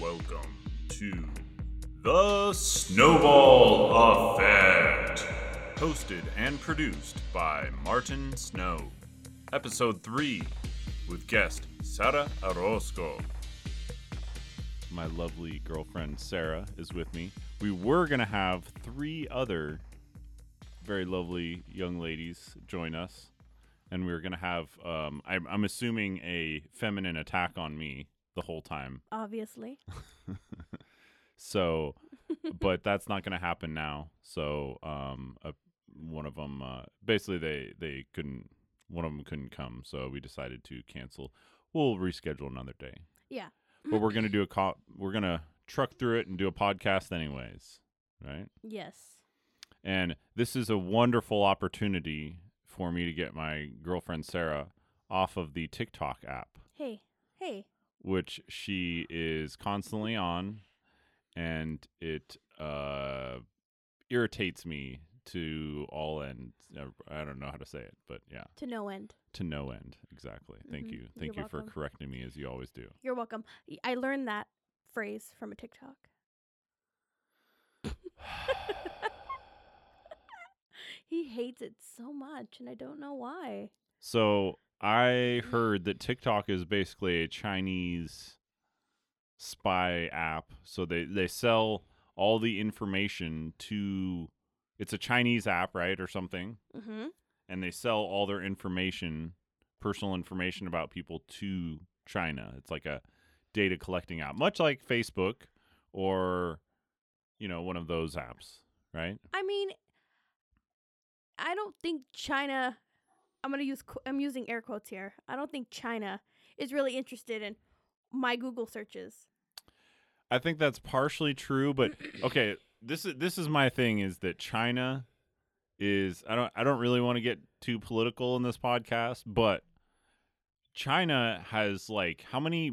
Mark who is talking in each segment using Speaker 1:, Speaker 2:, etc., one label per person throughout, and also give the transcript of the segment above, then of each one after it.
Speaker 1: Welcome to The Snowball Effect, hosted and produced by Martin Snow. Episode 3 with guest Sara Orozco. My lovely girlfriend Sarah is with me. We were going to have three other very lovely young ladies join us. And we were going to have, um, I'm, I'm assuming, a feminine attack on me the whole time.
Speaker 2: obviously.
Speaker 1: So, but that's not going to happen now. So, um, uh, one of them, uh, basically they they couldn't, one of them couldn't come, so we decided to cancel. We'll reschedule another day.
Speaker 2: Yeah.
Speaker 1: But we're gonna do a co- we're gonna truck through it and do a podcast anyways, right?
Speaker 2: Yes.
Speaker 1: And this is a wonderful opportunity for me to get my girlfriend Sarah off of the TikTok app
Speaker 2: Hey, hey.
Speaker 1: which she is constantly on, and it uh, irritates me to all end. Uh, I don't know how to say it, but yeah,
Speaker 2: To no end.
Speaker 1: to no end. Exactly. Thank
Speaker 2: Mhm.
Speaker 1: you. Thank
Speaker 2: You're
Speaker 1: you for
Speaker 2: welcome.
Speaker 1: correcting me as you always do.
Speaker 2: You're welcome. Y- I learned that phrase from a TikTok. he hates it so much, and I don't know why.
Speaker 1: So I heard that TikTok is basically a Chinese spy app. So they they sell all the information to. It's a Chinese app, right, or something.
Speaker 2: Mm-hmm.
Speaker 1: and they sell all their information, personal information about people to China. It's like a data collecting app, much like Facebook or you know, one of those apps, right?
Speaker 2: I mean, I don't think China. I'm gonna use. qu- I'm using air quotes here. I don't think China is really interested in my Google searches.
Speaker 1: I think that's partially true, but okay, this is this is my thing is that China is I don't I don't really want to get too political in this podcast, but China has like how many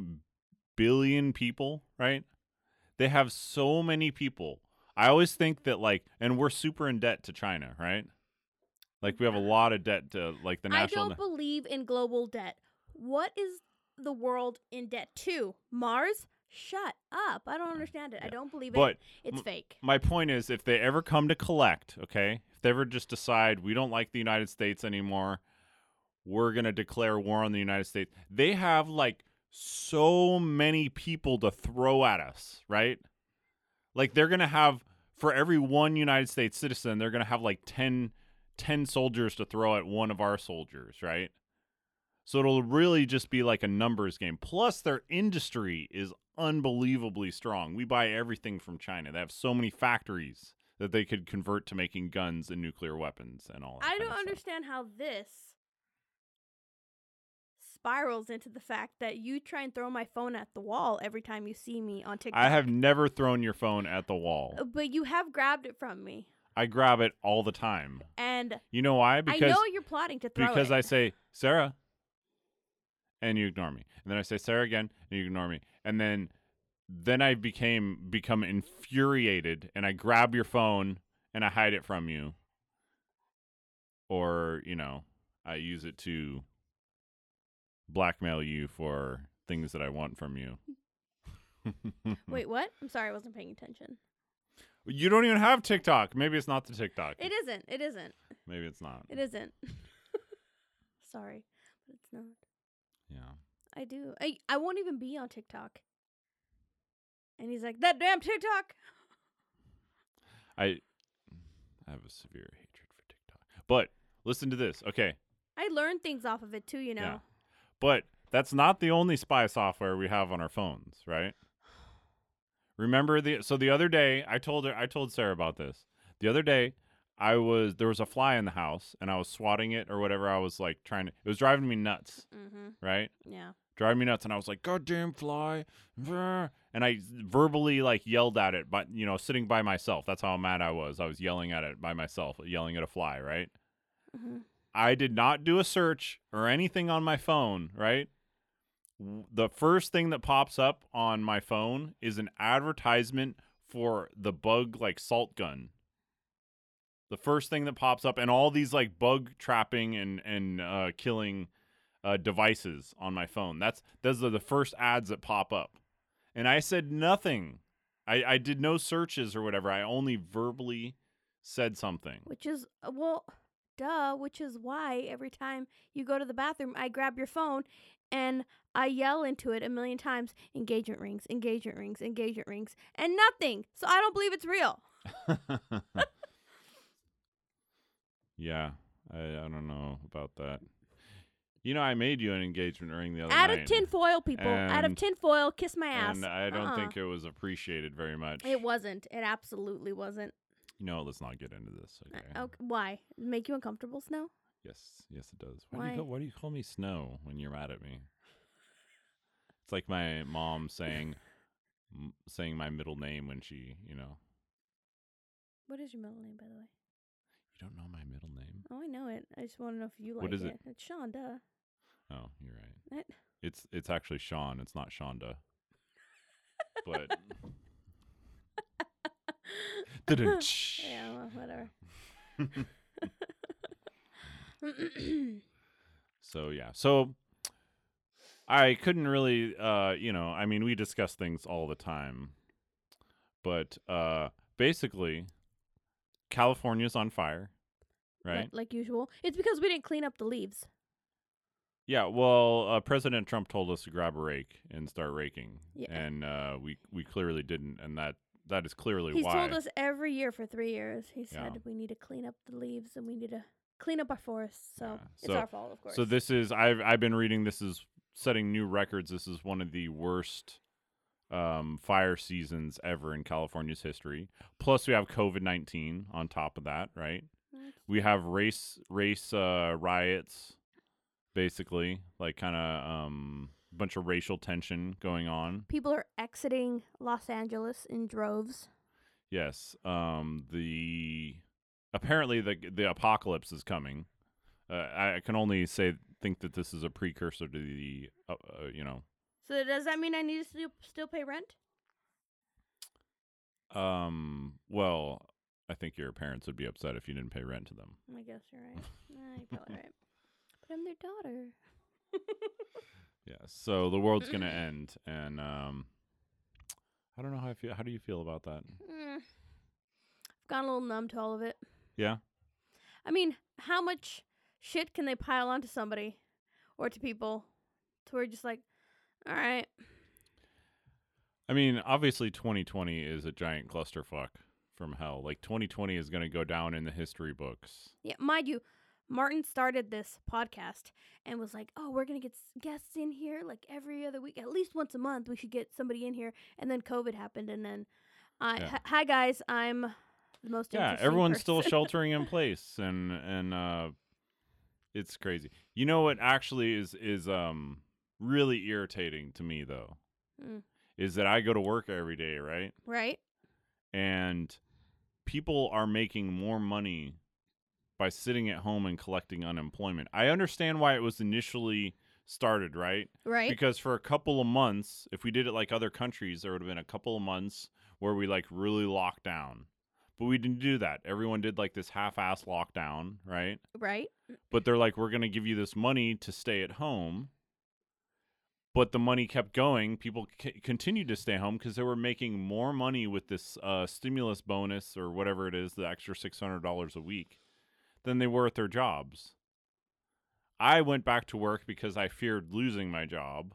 Speaker 1: billion people, right? They have so many people. I always think that like and we're super in debt to China, right? Like we have a lot of debt to like the
Speaker 2: I
Speaker 1: national
Speaker 2: don't believe in global debt. What is the world in debt to? Mars? Shut up. I don't understand it. I
Speaker 1: Yeah.
Speaker 2: don't believe
Speaker 1: But
Speaker 2: it. It's
Speaker 1: m-
Speaker 2: fake.
Speaker 1: My point is, if they ever come to collect, okay, if they ever just decide we don't like the United States anymore, we're gonna declare war on the United States. They have like so many people to throw at us, right? Like they're gonna have for every one United States citizen, they're gonna have like 10, 10 soldiers to throw at one of our soldiers, right? So it'll really just be like a numbers game. Plus, their industry is unbelievably strong. We buy everything from China. They have so many factories that they could convert to making guns and nuclear weapons and all. That
Speaker 2: I
Speaker 1: kind
Speaker 2: don't
Speaker 1: of stuff.
Speaker 2: understand how this spirals into the fact that you try and throw my phone at the wall every time you see me on TikTok.
Speaker 1: I have never thrown your phone at the wall.
Speaker 2: Uh, But you have grabbed it from me.
Speaker 1: I grab it all the time.
Speaker 2: And
Speaker 1: You know why?
Speaker 2: I
Speaker 1: Because
Speaker 2: know you're plotting to throw
Speaker 1: because
Speaker 2: it.
Speaker 1: I say Sarah, and you ignore me, and then I say Sarah again, and you ignore me, and then then I became become infuriated, and I grab your phone and I hide it from you, or you know I use it to blackmail you for things that I want from you.
Speaker 2: Wait, what? I'm sorry, I wasn't paying attention.
Speaker 1: You don't even have TikTok. Maybe it's not the TikTok.
Speaker 2: It isn't. It isn't.
Speaker 1: Maybe it's not.
Speaker 2: It isn't. sorry, but it's not.
Speaker 1: Yeah.
Speaker 2: I do. I I won't even be on TikTok. And he's like, that damn TikTok.
Speaker 1: I I have a severe hatred for TikTok. But listen to this. Okay.
Speaker 2: I learned things off of it too, you know.
Speaker 1: Yeah. But that's not the only spy software we have on our phones, right? Remember the so the other day I told her I told Sarah about this. The other day I was there was a fly in the house and I was swatting it or whatever. I was like trying to it was driving me nuts,
Speaker 2: Mm-hmm.
Speaker 1: right?
Speaker 2: Yeah.
Speaker 1: Driving me nuts and I was like, God damn fly. brr," And I verbally like yelled at it, but you know, sitting by myself. That's how mad I was. I was yelling at it by myself, yelling at a fly, right?
Speaker 2: Mm-hmm.
Speaker 1: I did not do a search or anything on my phone, right? W- The first thing that pops up on my phone is an advertisement for the bug like salt gun. The first thing that pops up and all these like bug trapping and and uh, killing uh, devices on my phone. That's those are the first ads that pop up. And I said nothing. I, I did no searches or whatever. I only verbally said something.
Speaker 2: Which is, uh, well, duh, which is why every time you go to the bathroom, I grab your phone and I yell into it a million times engagement rings, engagement rings, engagement rings, and nothing. So I don't believe it's real.
Speaker 1: yeah, I, I don't know about that. You know, I made you an engagement ring the other
Speaker 2: Out
Speaker 1: night.
Speaker 2: of tinfoil, people. Out of
Speaker 1: Oh, And-
Speaker 2: tinfoil, kiss my ass.
Speaker 1: and I don't
Speaker 2: Uh-uh.
Speaker 1: think it was appreciated very much.
Speaker 2: It wasn't. It absolutely wasn't.
Speaker 1: No, let's not get into this.
Speaker 2: Uh,
Speaker 1: Okay.
Speaker 2: Okay. Why? Make you uncomfortable, Snow?
Speaker 1: Yes, yes, it does. Why, Do
Speaker 2: Why?
Speaker 1: you call, why do you call me Snow when you're mad at me? It's like my mom saying, m- saying my middle name when she, you know,
Speaker 2: What is your middle name, by the way?
Speaker 1: you don't know my middle name.
Speaker 2: Oh, I know it. I just want to know if you like
Speaker 1: What is it?
Speaker 2: It's Sean, duh.
Speaker 1: Oh, you're right.
Speaker 2: That-
Speaker 1: It's it's actually Sean. It's not Shonda. But. Da-dun-tsh.
Speaker 2: Yeah, well, whatever.
Speaker 1: So yeah. So I couldn't really uh you know, I mean we discuss things all the time. But uh basically California's on fire,
Speaker 2: Li-
Speaker 1: right?
Speaker 2: Like, usual. It's because we didn't clean up the leaves.
Speaker 1: Yeah, well, uh, President Trump told us to grab a rake and start raking.
Speaker 2: Yeah.
Speaker 1: And uh we we clearly didn't and that that is clearly
Speaker 2: He's
Speaker 1: why.
Speaker 2: told us every year for three years. He
Speaker 1: Yeah.
Speaker 2: said we need to clean up the leaves and we need to clean up our forests. So
Speaker 1: Yeah.
Speaker 2: it's
Speaker 1: So-
Speaker 2: our fault, of course.
Speaker 1: So this is I've I've been reading this is setting new records. This is one of the worst um, fire seasons ever in California's history. Plus we have COVID nineteen on top of that, right?
Speaker 2: Mm.
Speaker 1: We have race race uh, riots, basically like kind of um, bunch of racial tension going on.
Speaker 2: People are exiting Los Angeles in droves.
Speaker 1: Yes. Um. The apparently the the apocalypse is coming. Uh, I I can only say think that this is a precursor to the uh, uh, you know
Speaker 2: So does that mean I need to still, still pay rent?
Speaker 1: Um. Well, I think your parents would be upset if you didn't pay rent to them.
Speaker 2: I guess you're right. Nah, you're probably right. But I'm their daughter.
Speaker 1: Yeah. So the world's
Speaker 2: Mm.
Speaker 1: gonna end, and um, I don't know how I feel. How do you feel about that?
Speaker 2: Mm. I've gone a little numb to all of it.
Speaker 1: Yeah.
Speaker 2: I mean, how much shit can they pile onto somebody or to people to where you're just like, all right,
Speaker 1: I mean, obviously, 2020 is a giant clusterfuck from hell. Like 2020 is gonna go down in the history books.
Speaker 2: yeah, mind you, Martin started this podcast and was like, oh, we're gonna get s- guests in here like every other week, at least once a month. We should get somebody in here, and then COVID happened, and then, uh,
Speaker 1: Yeah.
Speaker 2: hi- hi guys, I'm the most
Speaker 1: Yeah.
Speaker 2: interesting
Speaker 1: Everyone's still
Speaker 2: person.
Speaker 1: sheltering in place, and and uh, it's crazy. You know what? Actually, is is um really irritating to me though
Speaker 2: Mm.
Speaker 1: is that I go to work every day, right?
Speaker 2: right.
Speaker 1: and people are making more money by sitting at home and collecting unemployment. I understand why it was initially started, right?
Speaker 2: Right.
Speaker 1: Because for a couple of months, if we did it like other countries, there would have been a couple of months where we like really locked down. But we didn't do that. Everyone did like this half-ass lockdown, right?
Speaker 2: right.
Speaker 1: But they're like we're going to give you this money to stay at home. But the money kept going. People c- continued to stay home because they were making more money with this uh, stimulus bonus or whatever it is, the extra six hundred dollars a week, than they were at their jobs. I went back to work because I feared losing my job,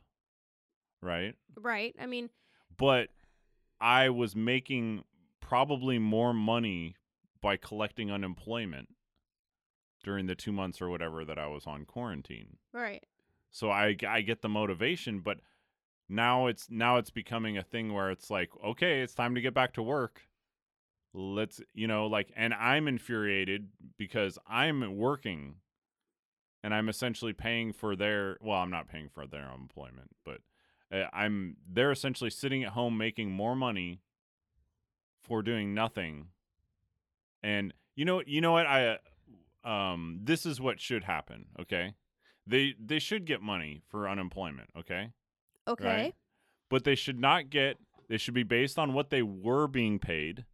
Speaker 1: right?
Speaker 2: Right. I mean,
Speaker 1: But I was making probably more money by collecting unemployment during the two months or whatever that I was on quarantine
Speaker 2: right.
Speaker 1: so I, I get the motivation but now it's now it's becoming a thing where it's like okay it's time to get back to work let's you know like and i'm infuriated because i'm working and i'm essentially paying for their well i'm not paying for their employment but uh, i'm they're essentially sitting at home making more money for doing nothing and you know you know what i uh, um this is what should happen okay they they should get money for unemployment okay
Speaker 2: Okay.
Speaker 1: but they should not get they should be based on what they were being paid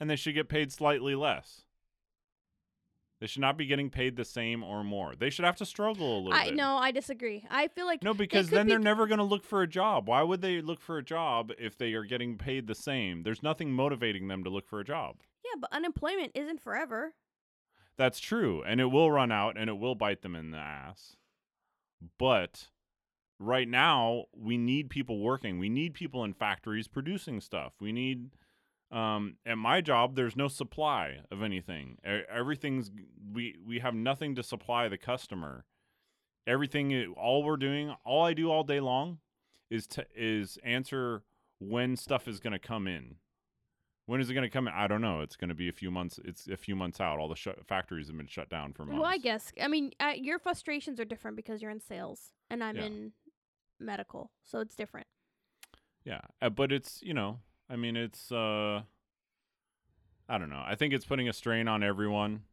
Speaker 1: and they should get paid slightly less They should not be getting paid the same or more. They should have to struggle a little
Speaker 2: I
Speaker 1: bit.
Speaker 2: no, I disagree. I feel like
Speaker 1: No, because
Speaker 2: could
Speaker 1: then
Speaker 2: be-
Speaker 1: they're never going to look for a job. Why would they look for a job if they are getting paid the same? There's nothing motivating them to look for a job.
Speaker 2: yeah, but unemployment isn't forever.
Speaker 1: That's true, and it will run out and it will bite them in the ass. But right now, we need people working. We need people in factories producing stuff. We need um at my job there's no supply of anything. E- Everything's we we have nothing to supply the customer. Everything i- all we're doing, all I do all day long is to is answer when stuff is going to come in. When is it going to come in? I don't know. It's going to be a few months. It's a few months out. All the shut factories have been shut down for months.
Speaker 2: Well, I guess I mean uh, your frustrations are different because you're in sales and I'm
Speaker 1: Yeah.
Speaker 2: in medical, so it's different.
Speaker 1: Yeah, uh, but it's you know, I mean, it's uh, I don't know. I think it's putting a strain on everyone,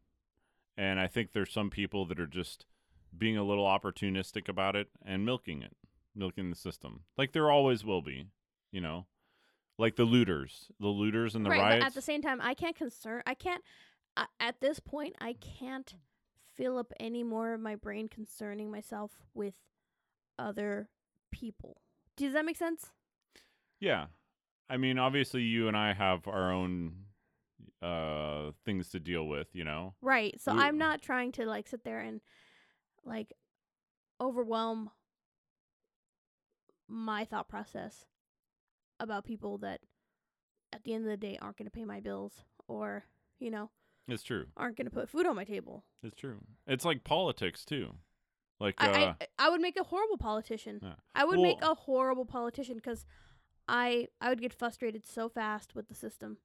Speaker 1: and I think there's some people that are just being a little opportunistic about it and milking it, milking the system, like there always will be, you know, like the looters, the looters and the
Speaker 2: right,
Speaker 1: riots.
Speaker 2: but at the same time, I can't concern. I can't. I at this point, I can't fill up any more of my brain concerning myself with other people. Does that make sense?
Speaker 1: yeah, I mean, obviously, you and I have our own uh things to deal with, you know.
Speaker 2: Right. So
Speaker 1: Wo-
Speaker 2: I'm not trying to like sit there and like overwhelm my thought process about people that at the end of the day aren't going to pay my bills or, you know,
Speaker 1: It's true.
Speaker 2: aren't going to put food on my table.
Speaker 1: It's true. It's like politics too. Like uh,
Speaker 2: I, I I would make a horrible politician.
Speaker 1: Yeah.
Speaker 2: I would make
Speaker 1: Well-
Speaker 2: a horrible politician cuz I I would get frustrated so fast with the system.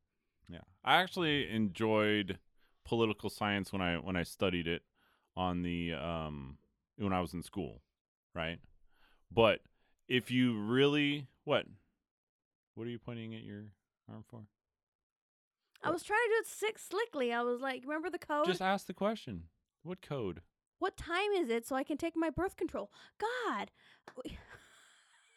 Speaker 1: Yeah. I actually enjoyed political science when I when I studied it on the um when I was in school, right? But if you really what what are you pointing at your arm for?
Speaker 2: I was trying to do it sick slickly. I was like, remember the code?
Speaker 1: Just ask the question. What code?
Speaker 2: What time is it so I can take my birth control? God.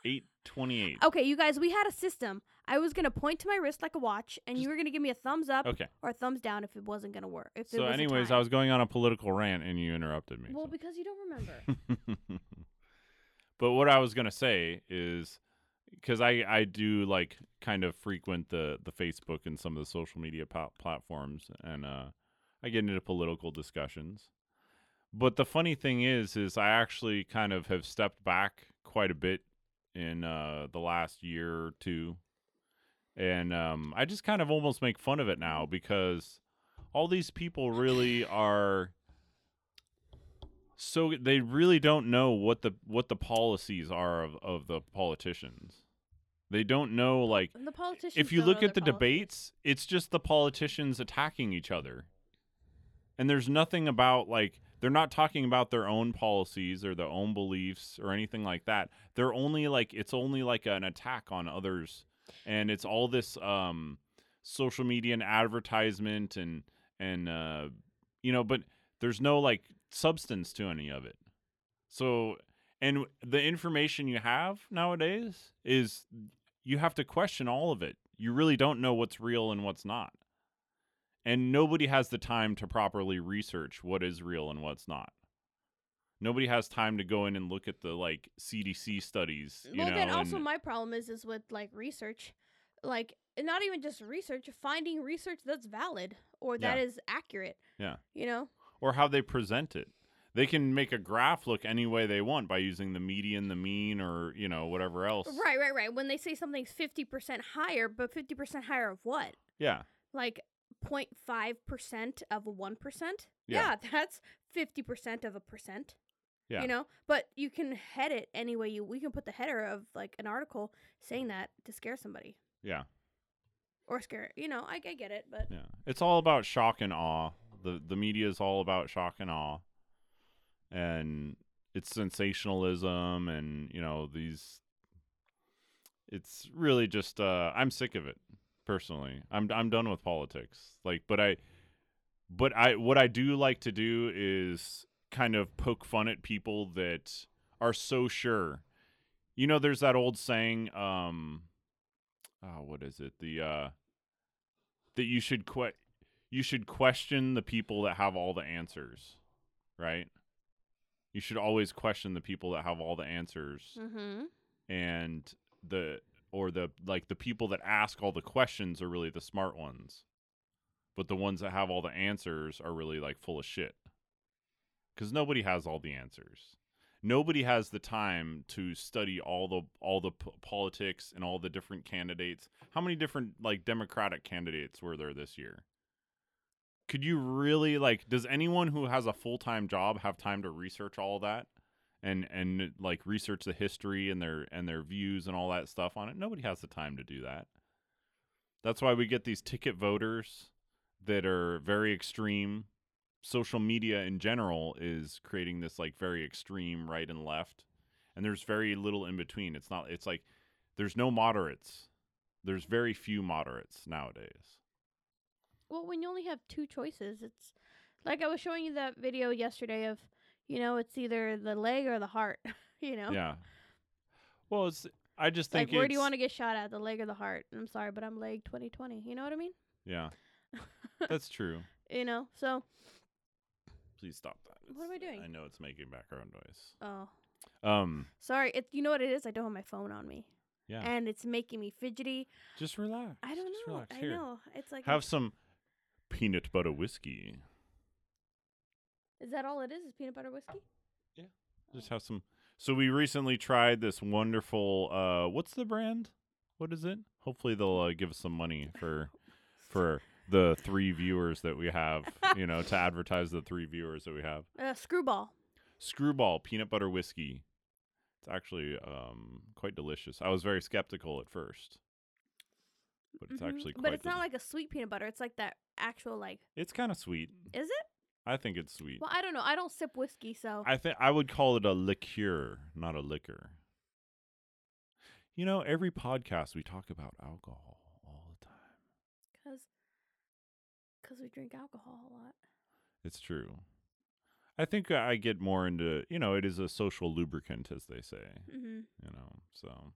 Speaker 1: 828.
Speaker 2: Okay, you guys, we had a system. I was going to point to my wrist like a watch, and
Speaker 1: Just-
Speaker 2: you were going to give me a thumbs up
Speaker 1: Okay.
Speaker 2: or a thumbs down if it wasn't going to work. Oh, If
Speaker 1: So
Speaker 2: it was
Speaker 1: anyways, I was going on a political rant and you interrupted me.
Speaker 2: Well,
Speaker 1: so-
Speaker 2: because you don't remember.
Speaker 1: but what I was gonna say is because I I do like kind of frequent the the Facebook and some of the social media pa- platforms, and uh, I get into political discussions. But the funny thing is, is I actually kind of have stepped back quite a bit in uh, the last year or two, and um, I just kind of almost make fun of it now because all these people really are so they really don't know what the what the policies are of, of the politicians they don't know like
Speaker 2: And the politicians.
Speaker 1: if you
Speaker 2: don't know
Speaker 1: look at the
Speaker 2: their poli-
Speaker 1: debates it's just the politicians attacking each other and there's nothing about like they're not talking about their own policies or their own beliefs or anything like that they're only like it's only like an attack on others and it's all this um social media and advertisement and and uh you know but there's no like substance to any of it so and the information you have nowadays is you have to question all of it you really don't know what's real and what's not and nobody has the time to properly research what is real and what's not nobody has time to go in and look at the like cdc studies you
Speaker 2: Well,
Speaker 1: know
Speaker 2: then also
Speaker 1: and-
Speaker 2: my problem is is with like research, like and not even just research, finding research that's valid or that
Speaker 1: Yeah.
Speaker 2: is accurate.
Speaker 1: Yeah.
Speaker 2: You know.
Speaker 1: or how they present it. They can make a graph look any way they want by using the median, the mean, or you know whatever else.
Speaker 2: Right, right, right. When they say something's fifty percent higher, but fifty percent higher of what?
Speaker 1: Yeah.
Speaker 2: like 0.5% of a 1%.
Speaker 1: Yeah.
Speaker 2: that's 50% of a percent.
Speaker 1: Yeah.
Speaker 2: You know, but you can head it any way you we can put the header of like an article saying that to scare somebody
Speaker 1: Yeah.
Speaker 2: or scare, you know, I, I get it, but
Speaker 1: Yeah. It's all about shock and awe. The the media is all about shock and awe. And it's sensationalism and you know these it's really just uh I'm sick of it personally. I'm I'm done with politics. Like but I but I what I do like to do is kind of poke fun at people that are so sure. You know there's that old saying um oh what is it? The uh that you should quit you should question the people that have all the answers, right? You should always question the people that have all the answers
Speaker 2: Mm-hmm.
Speaker 1: and the or the like the people that ask all the questions are really the smart ones. But the ones that have all the answers are really like full of shit. Cuz nobody has all the answers. Nobody has the time to study all the all the p- politics and all the different candidates. How many different like democratic candidates were there this year? Could you really like does anyone who has a full-time job have time to research all that? and and like research the history and their and their views and all that stuff on it. Nobody has the time to do that. That's why we get these ticket voters that are very extreme. Social media in general is creating this like very extreme right and left, and there's very little in between. It's not. It's like there's no moderates. There's very few moderates nowadays.
Speaker 2: Well, when you only have two choices, it's like I was showing you that video yesterday of, you know, it's either the leg or the heart. You know,
Speaker 1: Yeah. Well, it's. I just think.
Speaker 2: like where do you
Speaker 1: it's-
Speaker 2: want to get shot at, the leg or the heart? And I'm sorry, but I'm leg 2020. You know what I mean?
Speaker 1: Yeah. That's true.
Speaker 2: You know, so
Speaker 1: Please stop that.
Speaker 2: What am I
Speaker 1: It's-
Speaker 2: doing?
Speaker 1: I know it's making background noise.
Speaker 2: oh,
Speaker 1: Um,
Speaker 2: sorry. It you know what it is? I don't have my phone on me,
Speaker 1: yeah.
Speaker 2: and it's making me fidgety.
Speaker 1: just relax.
Speaker 2: I don't
Speaker 1: Just
Speaker 2: know.
Speaker 1: relax.
Speaker 2: I
Speaker 1: Here,
Speaker 2: know. It's like
Speaker 1: Have some peanut butter whiskey.
Speaker 2: is that all it is? Is peanut butter whiskey?
Speaker 1: Just have some. So we recently tried this wonderful. Uh, what's the brand? What is it? Hopefully they'll uh, give us some money for for the three viewers that we have. You know, to advertise the three viewers that we have.
Speaker 2: Uh, screwball.
Speaker 1: Screwball peanut butter whiskey. It's actually um, quite delicious. I was very skeptical at first, but it's
Speaker 2: Mhm.
Speaker 1: actually quite.
Speaker 2: But it's not
Speaker 1: deli-
Speaker 2: like a sweet peanut butter. It's like that actual like.
Speaker 1: It's kind of sweet.
Speaker 2: Is it?
Speaker 1: I think it's sweet.
Speaker 2: Well, I don't know. I don't sip whiskey, so
Speaker 1: I think I would call it a liqueur, not a liquor. You know, every podcast we talk about alcohol all the time.
Speaker 2: because because we drink alcohol a lot.
Speaker 1: It's true. I think I get more into, you know, it is a social lubricant as they say,
Speaker 2: Mm-hmm.
Speaker 1: you know. So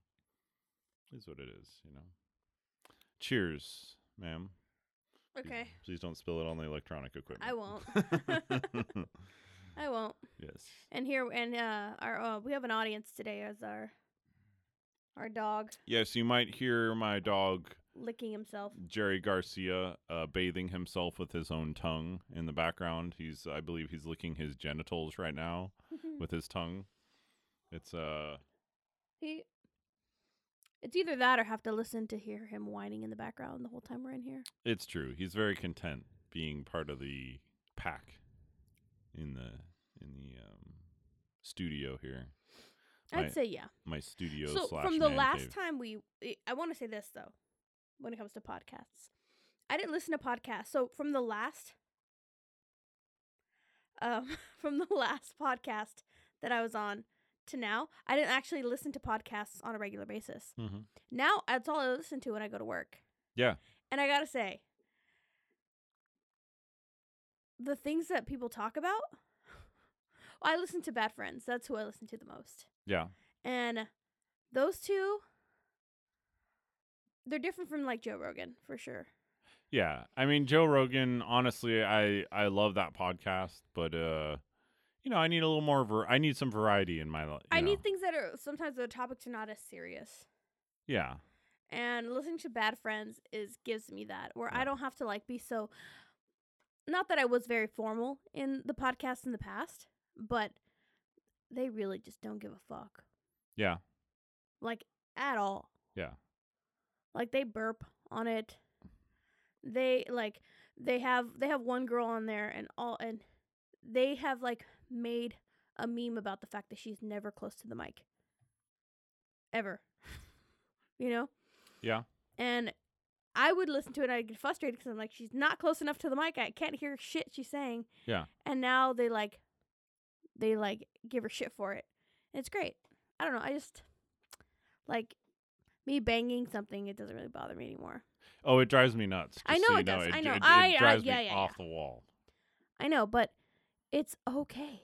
Speaker 1: is what it is, you know. Cheers, ma'am. Please-
Speaker 2: Okay,
Speaker 1: Please don't spill it on the electronic equipment.
Speaker 2: I won't. I won't.
Speaker 1: yes.
Speaker 2: And here and uh, our uh, we have an audience today as our our dog
Speaker 1: Yes, you might hear my dog
Speaker 2: licking himself.
Speaker 1: Jerry Garcia uh, bathing himself with his own tongue in the background. He's, I believe, he's licking his genitals right now with his tongue. It's uh,
Speaker 2: he. It's either that or have to listen to hear him whining in the background the whole time we're in here.
Speaker 1: it's true. He's very content being part of the pack in the in the um, studio here. My-
Speaker 2: I'd say yeah.
Speaker 1: My studio
Speaker 2: So
Speaker 1: slash
Speaker 2: from the
Speaker 1: man
Speaker 2: last
Speaker 1: cave.
Speaker 2: time we, I- I want to say this though, when it comes to podcasts, I didn't listen to podcasts. So from the last, um, from the last podcast that I was on to now, I didn't actually listen to podcasts on a regular basis.
Speaker 1: Mhm.
Speaker 2: Now that's all I listen to when I go to work.
Speaker 1: Yeah.
Speaker 2: And I gotta say, the things that people talk about. I listen to Bad Friends. That's who I listen to the most.
Speaker 1: Yeah,
Speaker 2: And those two, they're different from like Joe Rogan for sure.
Speaker 1: yeah. I mean, Joe Rogan. Honestly, I I love that podcast, but uh, you know, I need a little more. Ver- I need some variety in my life.
Speaker 2: I need things that are sometimes the topics are not as serious.
Speaker 1: yeah.
Speaker 2: And listening to Bad Friends is gives me that where
Speaker 1: Yeah.
Speaker 2: I don't have to like be so. Not that I was very formal in the podcast in the past, but they really just don't give a fuck
Speaker 1: Yeah.
Speaker 2: like at all.
Speaker 1: Yeah.
Speaker 2: Like they burp on it. They like they have they have one girl on there and all and they have like made a meme about the fact that she's never close to the mic. Ever. you know?
Speaker 1: Yeah.
Speaker 2: And I would listen to it and I'd get frustrated because I'm like, she's not close enough to the mic. I can't hear shit she's saying.
Speaker 1: Yeah.
Speaker 2: And now they like, they like give her shit for it. And it's great. I don't know. I just like me banging something. It doesn't really bother me anymore.
Speaker 1: Oh, it drives me nuts.
Speaker 2: I
Speaker 1: just so
Speaker 2: know
Speaker 1: you
Speaker 2: it does. I
Speaker 1: It,
Speaker 2: know.
Speaker 1: it, it
Speaker 2: I- I-
Speaker 1: drives
Speaker 2: yeah,
Speaker 1: me
Speaker 2: yeah,
Speaker 1: off the wall.
Speaker 2: I know, but it's okay.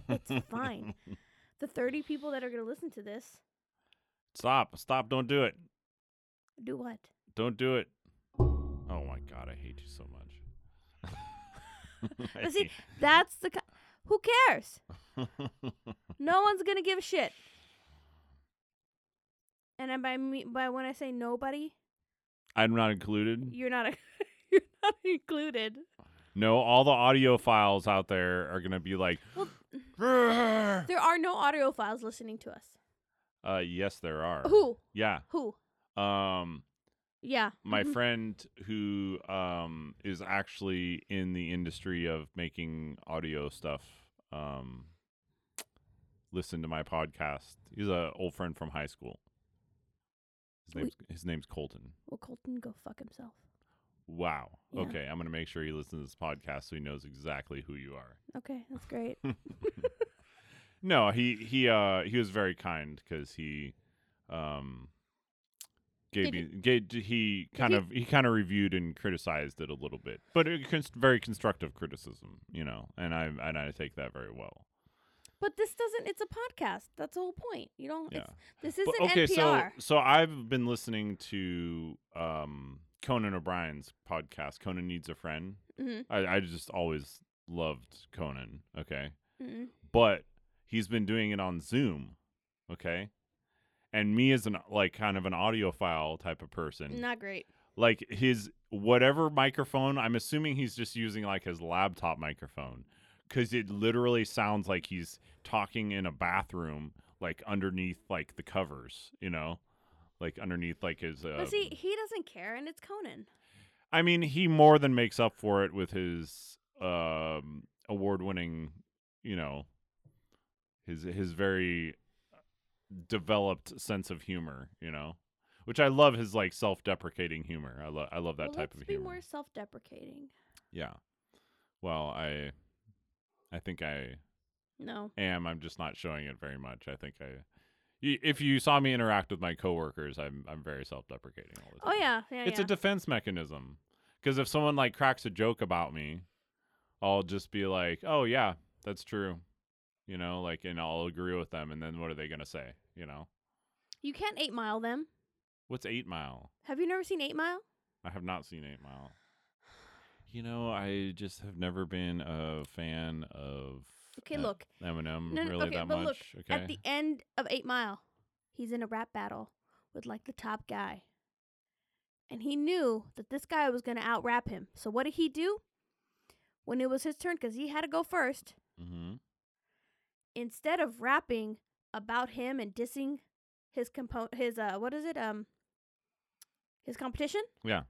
Speaker 2: It's fine. The 30 people that are going to listen to this
Speaker 1: Stop. Stop. Don't do it.
Speaker 2: do what?
Speaker 1: Don't do it. Oh my god, I hate you so much.
Speaker 2: But see, that's the. ki- Who cares? No one's gonna give a shit. And I- by me, by when I say nobody,
Speaker 1: I'm not included.
Speaker 2: you're not a, you're not included.
Speaker 1: No, all the audio files out there are gonna be like.
Speaker 2: Well,
Speaker 1: "Grrr."
Speaker 2: there are no audiophiles listening to us.
Speaker 1: Uh, yes, there are.
Speaker 2: Who?
Speaker 1: Yeah.
Speaker 2: Who?
Speaker 1: Um,
Speaker 2: Yeah.
Speaker 1: my
Speaker 2: mhm.
Speaker 1: friend who um is actually in the industry of making audio stuff um listened to my podcast. He's a old friend from high school. His
Speaker 2: We-
Speaker 1: name's his name's Colton.
Speaker 2: Well, Colton, go fuck himself.
Speaker 1: Wow.
Speaker 2: Yeah.
Speaker 1: Okay, I'm gonna make sure he listens to this podcast so he knows exactly who you are.
Speaker 2: Okay, that's great.
Speaker 1: No, he he uh he was very kind because he um gave
Speaker 2: Did
Speaker 1: me gave, d- he kind
Speaker 2: he-
Speaker 1: of he kind of reviewed and criticized it a little bit, but it, cons- very constructive criticism, you know, and I and I take that very well.
Speaker 2: but this doesn't. It's a podcast. That's the whole point. You don't.
Speaker 1: Yeah.
Speaker 2: It's, this
Speaker 1: But
Speaker 2: isn't
Speaker 1: okay,
Speaker 2: NPR.
Speaker 1: so so I've been listening to um Conan O'Brien's podcast, Conan Needs a Friend.
Speaker 2: Mhm,
Speaker 1: I I just always loved Conan. Okay,
Speaker 2: mhm.
Speaker 1: but he's been doing it on Zoom, okay? And me as an like kind of an audiophile type of person,
Speaker 2: Not great.
Speaker 1: like his whatever microphone, I'm assuming he's just using like his laptop microphone cuz it literally sounds like he's talking in a bathroom like underneath like the covers, you know? Like underneath like his uh,
Speaker 2: but see, he doesn't care, and it's Conan.
Speaker 1: I mean, he more than makes up for it with his um, award-winning, you know, his his very uh, developed sense of humor, you know, which I love his like self-deprecating humor. I love I love that
Speaker 2: well,
Speaker 1: type
Speaker 2: let's
Speaker 1: of
Speaker 2: be
Speaker 1: humor.
Speaker 2: more self-deprecating.
Speaker 1: Yeah. Well, I I think I
Speaker 2: No.
Speaker 1: am. I'm just not showing it very much. I think I y- if you saw me interact with my coworkers, I'm I'm very self-deprecating all the
Speaker 2: Oh
Speaker 1: time
Speaker 2: yeah, yeah,
Speaker 1: it's
Speaker 2: yeah.
Speaker 1: a defense mechanism because if someone like cracks a joke about me i'll just be like oh yeah that's true you know like and i'll agree with them and then what are they gonna say you know
Speaker 2: you can't eight mile them.
Speaker 1: what's eight mile
Speaker 2: Have you never seen Eight Mile?
Speaker 1: i have not seen eight mile you know i just have never been a fan of
Speaker 2: Okay,
Speaker 1: uh,
Speaker 2: look.
Speaker 1: eminem
Speaker 2: No, no,
Speaker 1: really
Speaker 2: okay,
Speaker 1: that
Speaker 2: but
Speaker 1: much
Speaker 2: look,
Speaker 1: okay
Speaker 2: At the end of Eight Mile, he's in a rap battle with like the top guy. And he knew that this guy was going to out rap him. So what did he do? When it was his turn, because he had to go first,
Speaker 1: mm-hmm.
Speaker 2: instead of rapping about him and dissing his compo- his uh what is it um his competition
Speaker 1: Yeah.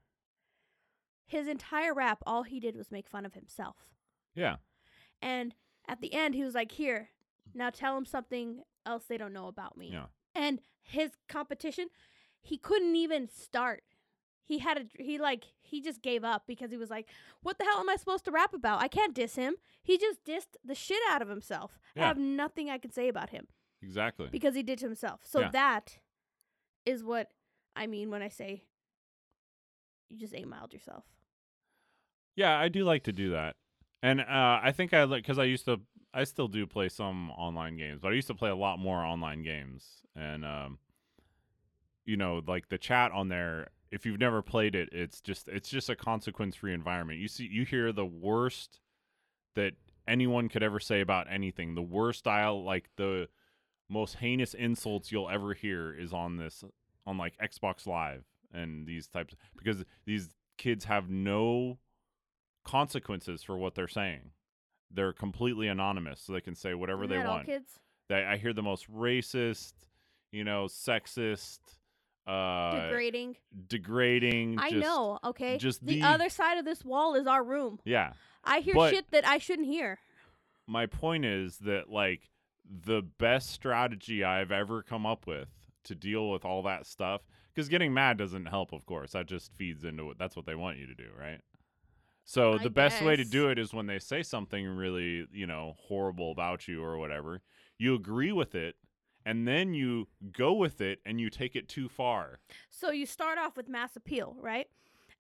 Speaker 2: his entire rap all he did was make fun of himself
Speaker 1: yeah
Speaker 2: and at the end, he was like, "Here, now tell them something else they don't know about me."
Speaker 1: Yeah.
Speaker 2: And his competition, he couldn't even start. He had a he like he just gave up because he was like, "What the hell am I supposed to rap about? I can't diss him." He just dissed the shit out of himself.
Speaker 1: Yeah.
Speaker 2: I have nothing I can say about him
Speaker 1: exactly
Speaker 2: because he did to himself. So
Speaker 1: Yeah.
Speaker 2: that is what I mean when I say you just eight miled yourself.
Speaker 1: Yeah, I do like to do that, and uh, I think I like because I used to, I still do play some online games, but I used to play a lot more online games, and um, you know, like the chat on there. If you've never played it, it's just it's just a consequence free environment. You see, you hear the worst that anyone could ever say about anything. The worst dial, like the most heinous insults you'll ever hear, is on this on like Xbox Live and these types because these kids have no consequences for what they're saying. They're completely anonymous, so they can say whatever
Speaker 2: Isn't
Speaker 1: they
Speaker 2: that all
Speaker 1: want.
Speaker 2: kids?
Speaker 1: They, I hear the most racist, you know, sexist, uh,
Speaker 2: Degrading.
Speaker 1: degrading.
Speaker 2: I
Speaker 1: just-
Speaker 2: know, okay?
Speaker 1: just
Speaker 2: the,
Speaker 1: the-
Speaker 2: other side of this wall is our room.
Speaker 1: Yeah.
Speaker 2: I hear
Speaker 1: But-
Speaker 2: shit that I shouldn't hear.
Speaker 1: my point is that like the best strategy I've ever come up with to deal with all that stuff because getting mad doesn't help, of course. That just feeds into it. That's what they want you to do, right? So
Speaker 2: I
Speaker 1: the best way to
Speaker 2: guess.
Speaker 1: do it is when they say something really, you know, horrible about you or whatever, you agree with it and then you go with it and you take it too far.
Speaker 2: So you start off with mass appeal, right?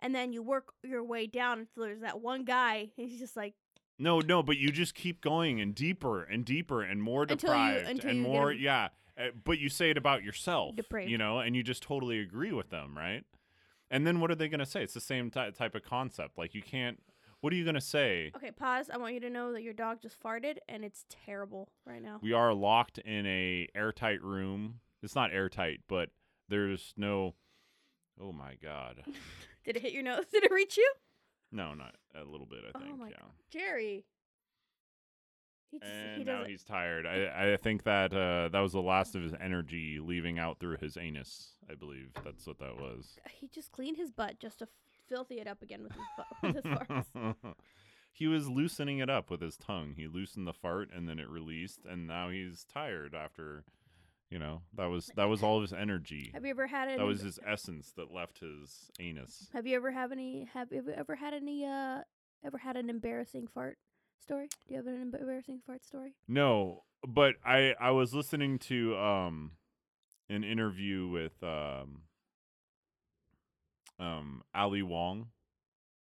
Speaker 2: And then you work your way down until there's that one guy. He's just like,
Speaker 1: No, no, but you just keep going and deeper and deeper and more
Speaker 2: Until you-
Speaker 1: deprived
Speaker 2: until
Speaker 1: and
Speaker 2: you get
Speaker 1: more,
Speaker 2: em-
Speaker 1: yeah. Uh, But you say it about yourself,
Speaker 2: Depraved.
Speaker 1: you know, and you just totally agree with them, right? And then what are they going to say? It's the same ty- type of concept. Like you can't. What are you going to say?
Speaker 2: Okay, pause. I want you to know that your dog just farted and it's terrible right now.
Speaker 1: We are locked in a airtight room. It's not airtight, but there's no Oh my god.
Speaker 2: Did it hit your nose? Did it reach you?
Speaker 1: No, not a little bit, I
Speaker 2: Oh
Speaker 1: think.
Speaker 2: my
Speaker 1: yeah.
Speaker 2: Jerry. He just,
Speaker 1: And
Speaker 2: he
Speaker 1: now
Speaker 2: doesn't.
Speaker 1: he's tired. I I think that uh, that was the last of his energy leaving out through his anus. I believe that's what that was.
Speaker 2: He just cleaned his butt just to f- filthy it up again with his, butt, with his farts.
Speaker 1: he was loosening it up with his tongue. He loosened the fart and then it released, and now he's tired after. You know that was that was all of his energy.
Speaker 2: Have you ever had any?
Speaker 1: That was his essence that left his anus.
Speaker 2: have you ever have any? Have you ever had any? Uh, ever had an embarrassing fart story? Do you have an emb- embarrassing fart story?
Speaker 1: No, but I I was listening to um an interview with um um Ali Wong.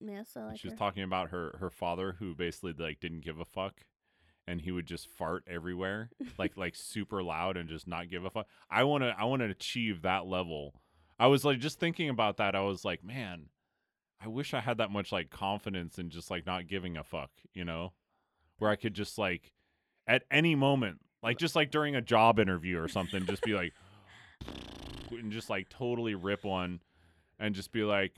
Speaker 2: Yes, I
Speaker 1: and
Speaker 2: like
Speaker 1: she was
Speaker 2: her.
Speaker 1: talking about her her father who basically like didn't give a fuck and he would just fart everywhere like like super loud and just not give a fuck. I want to I want to achieve that level. I was like just thinking about that. I was like, man, I wish I had that much like confidence and just like not giving a fuck, you know? Where I could just like at any moment, like just like during a job interview or something, just be like and just like totally rip one and just be like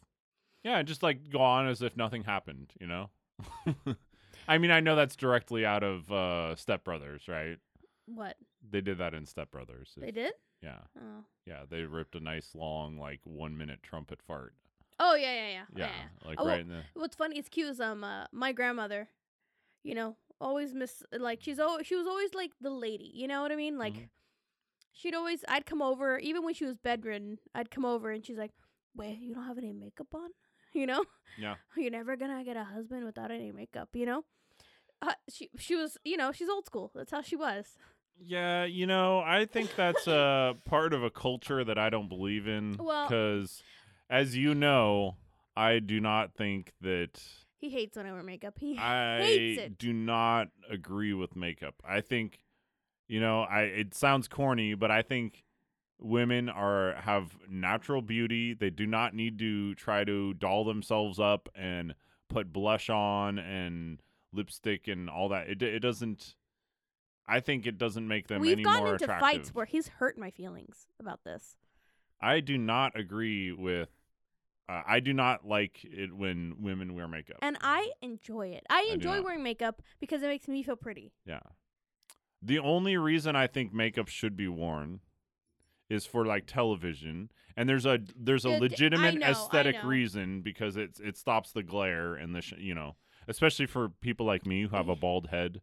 Speaker 1: yeah, just like go on as if nothing happened, you know? I mean, I know that's directly out of uh Step Brothers, right?
Speaker 2: what
Speaker 1: They did that in Step Brothers.
Speaker 2: they did?
Speaker 1: Yeah.
Speaker 2: Oh,
Speaker 1: Yeah, they ripped a nice long like 1 minute trumpet fart.
Speaker 2: oh yeah, yeah, yeah.
Speaker 1: Yeah, like
Speaker 2: Oh, well-
Speaker 1: right in the
Speaker 2: What's funny is Q is um uh, my grandmother, you know, always miss like she's always she was always like the lady, you know what I mean? Like
Speaker 1: Mhm.
Speaker 2: she'd always I'd come over even when she was bedridden, I'd come over and she's like, "Wait, you don't have any makeup on?" You know?
Speaker 1: Yeah.
Speaker 2: You're never gonna get a husband without any makeup, you know? Uh, she she was you know she's old school. That's how she was.
Speaker 1: Yeah, you know, I think that's a part of a culture that I don't believe in
Speaker 2: Well-
Speaker 1: cuz as you know, I do not think that
Speaker 2: He hates when I wear makeup. He hates
Speaker 1: I
Speaker 2: it.
Speaker 1: do not agree with makeup. I think, you know, I it sounds corny, but I think women are have natural beauty. They do not need to try to doll themselves up and put blush on and lipstick and all that. It it doesn't. I think it doesn't make them
Speaker 2: We've
Speaker 1: any
Speaker 2: gotten
Speaker 1: more
Speaker 2: into
Speaker 1: attractive.
Speaker 2: fights where he's hurt my feelings about this.
Speaker 1: I do not agree with. Uh, I do not like it when women wear makeup.
Speaker 2: And I enjoy it. I
Speaker 1: Oh, do
Speaker 2: enjoy
Speaker 1: not.
Speaker 2: wearing makeup because it makes me feel pretty.
Speaker 1: Yeah. The only reason I think makeup should be worn is for like television, and there's a there's a
Speaker 2: Good- I
Speaker 1: legitimate
Speaker 2: know, I
Speaker 1: aesthetic
Speaker 2: know.
Speaker 1: reason because it's it stops the glare and the sh- you know especially for people like me who have a bald head,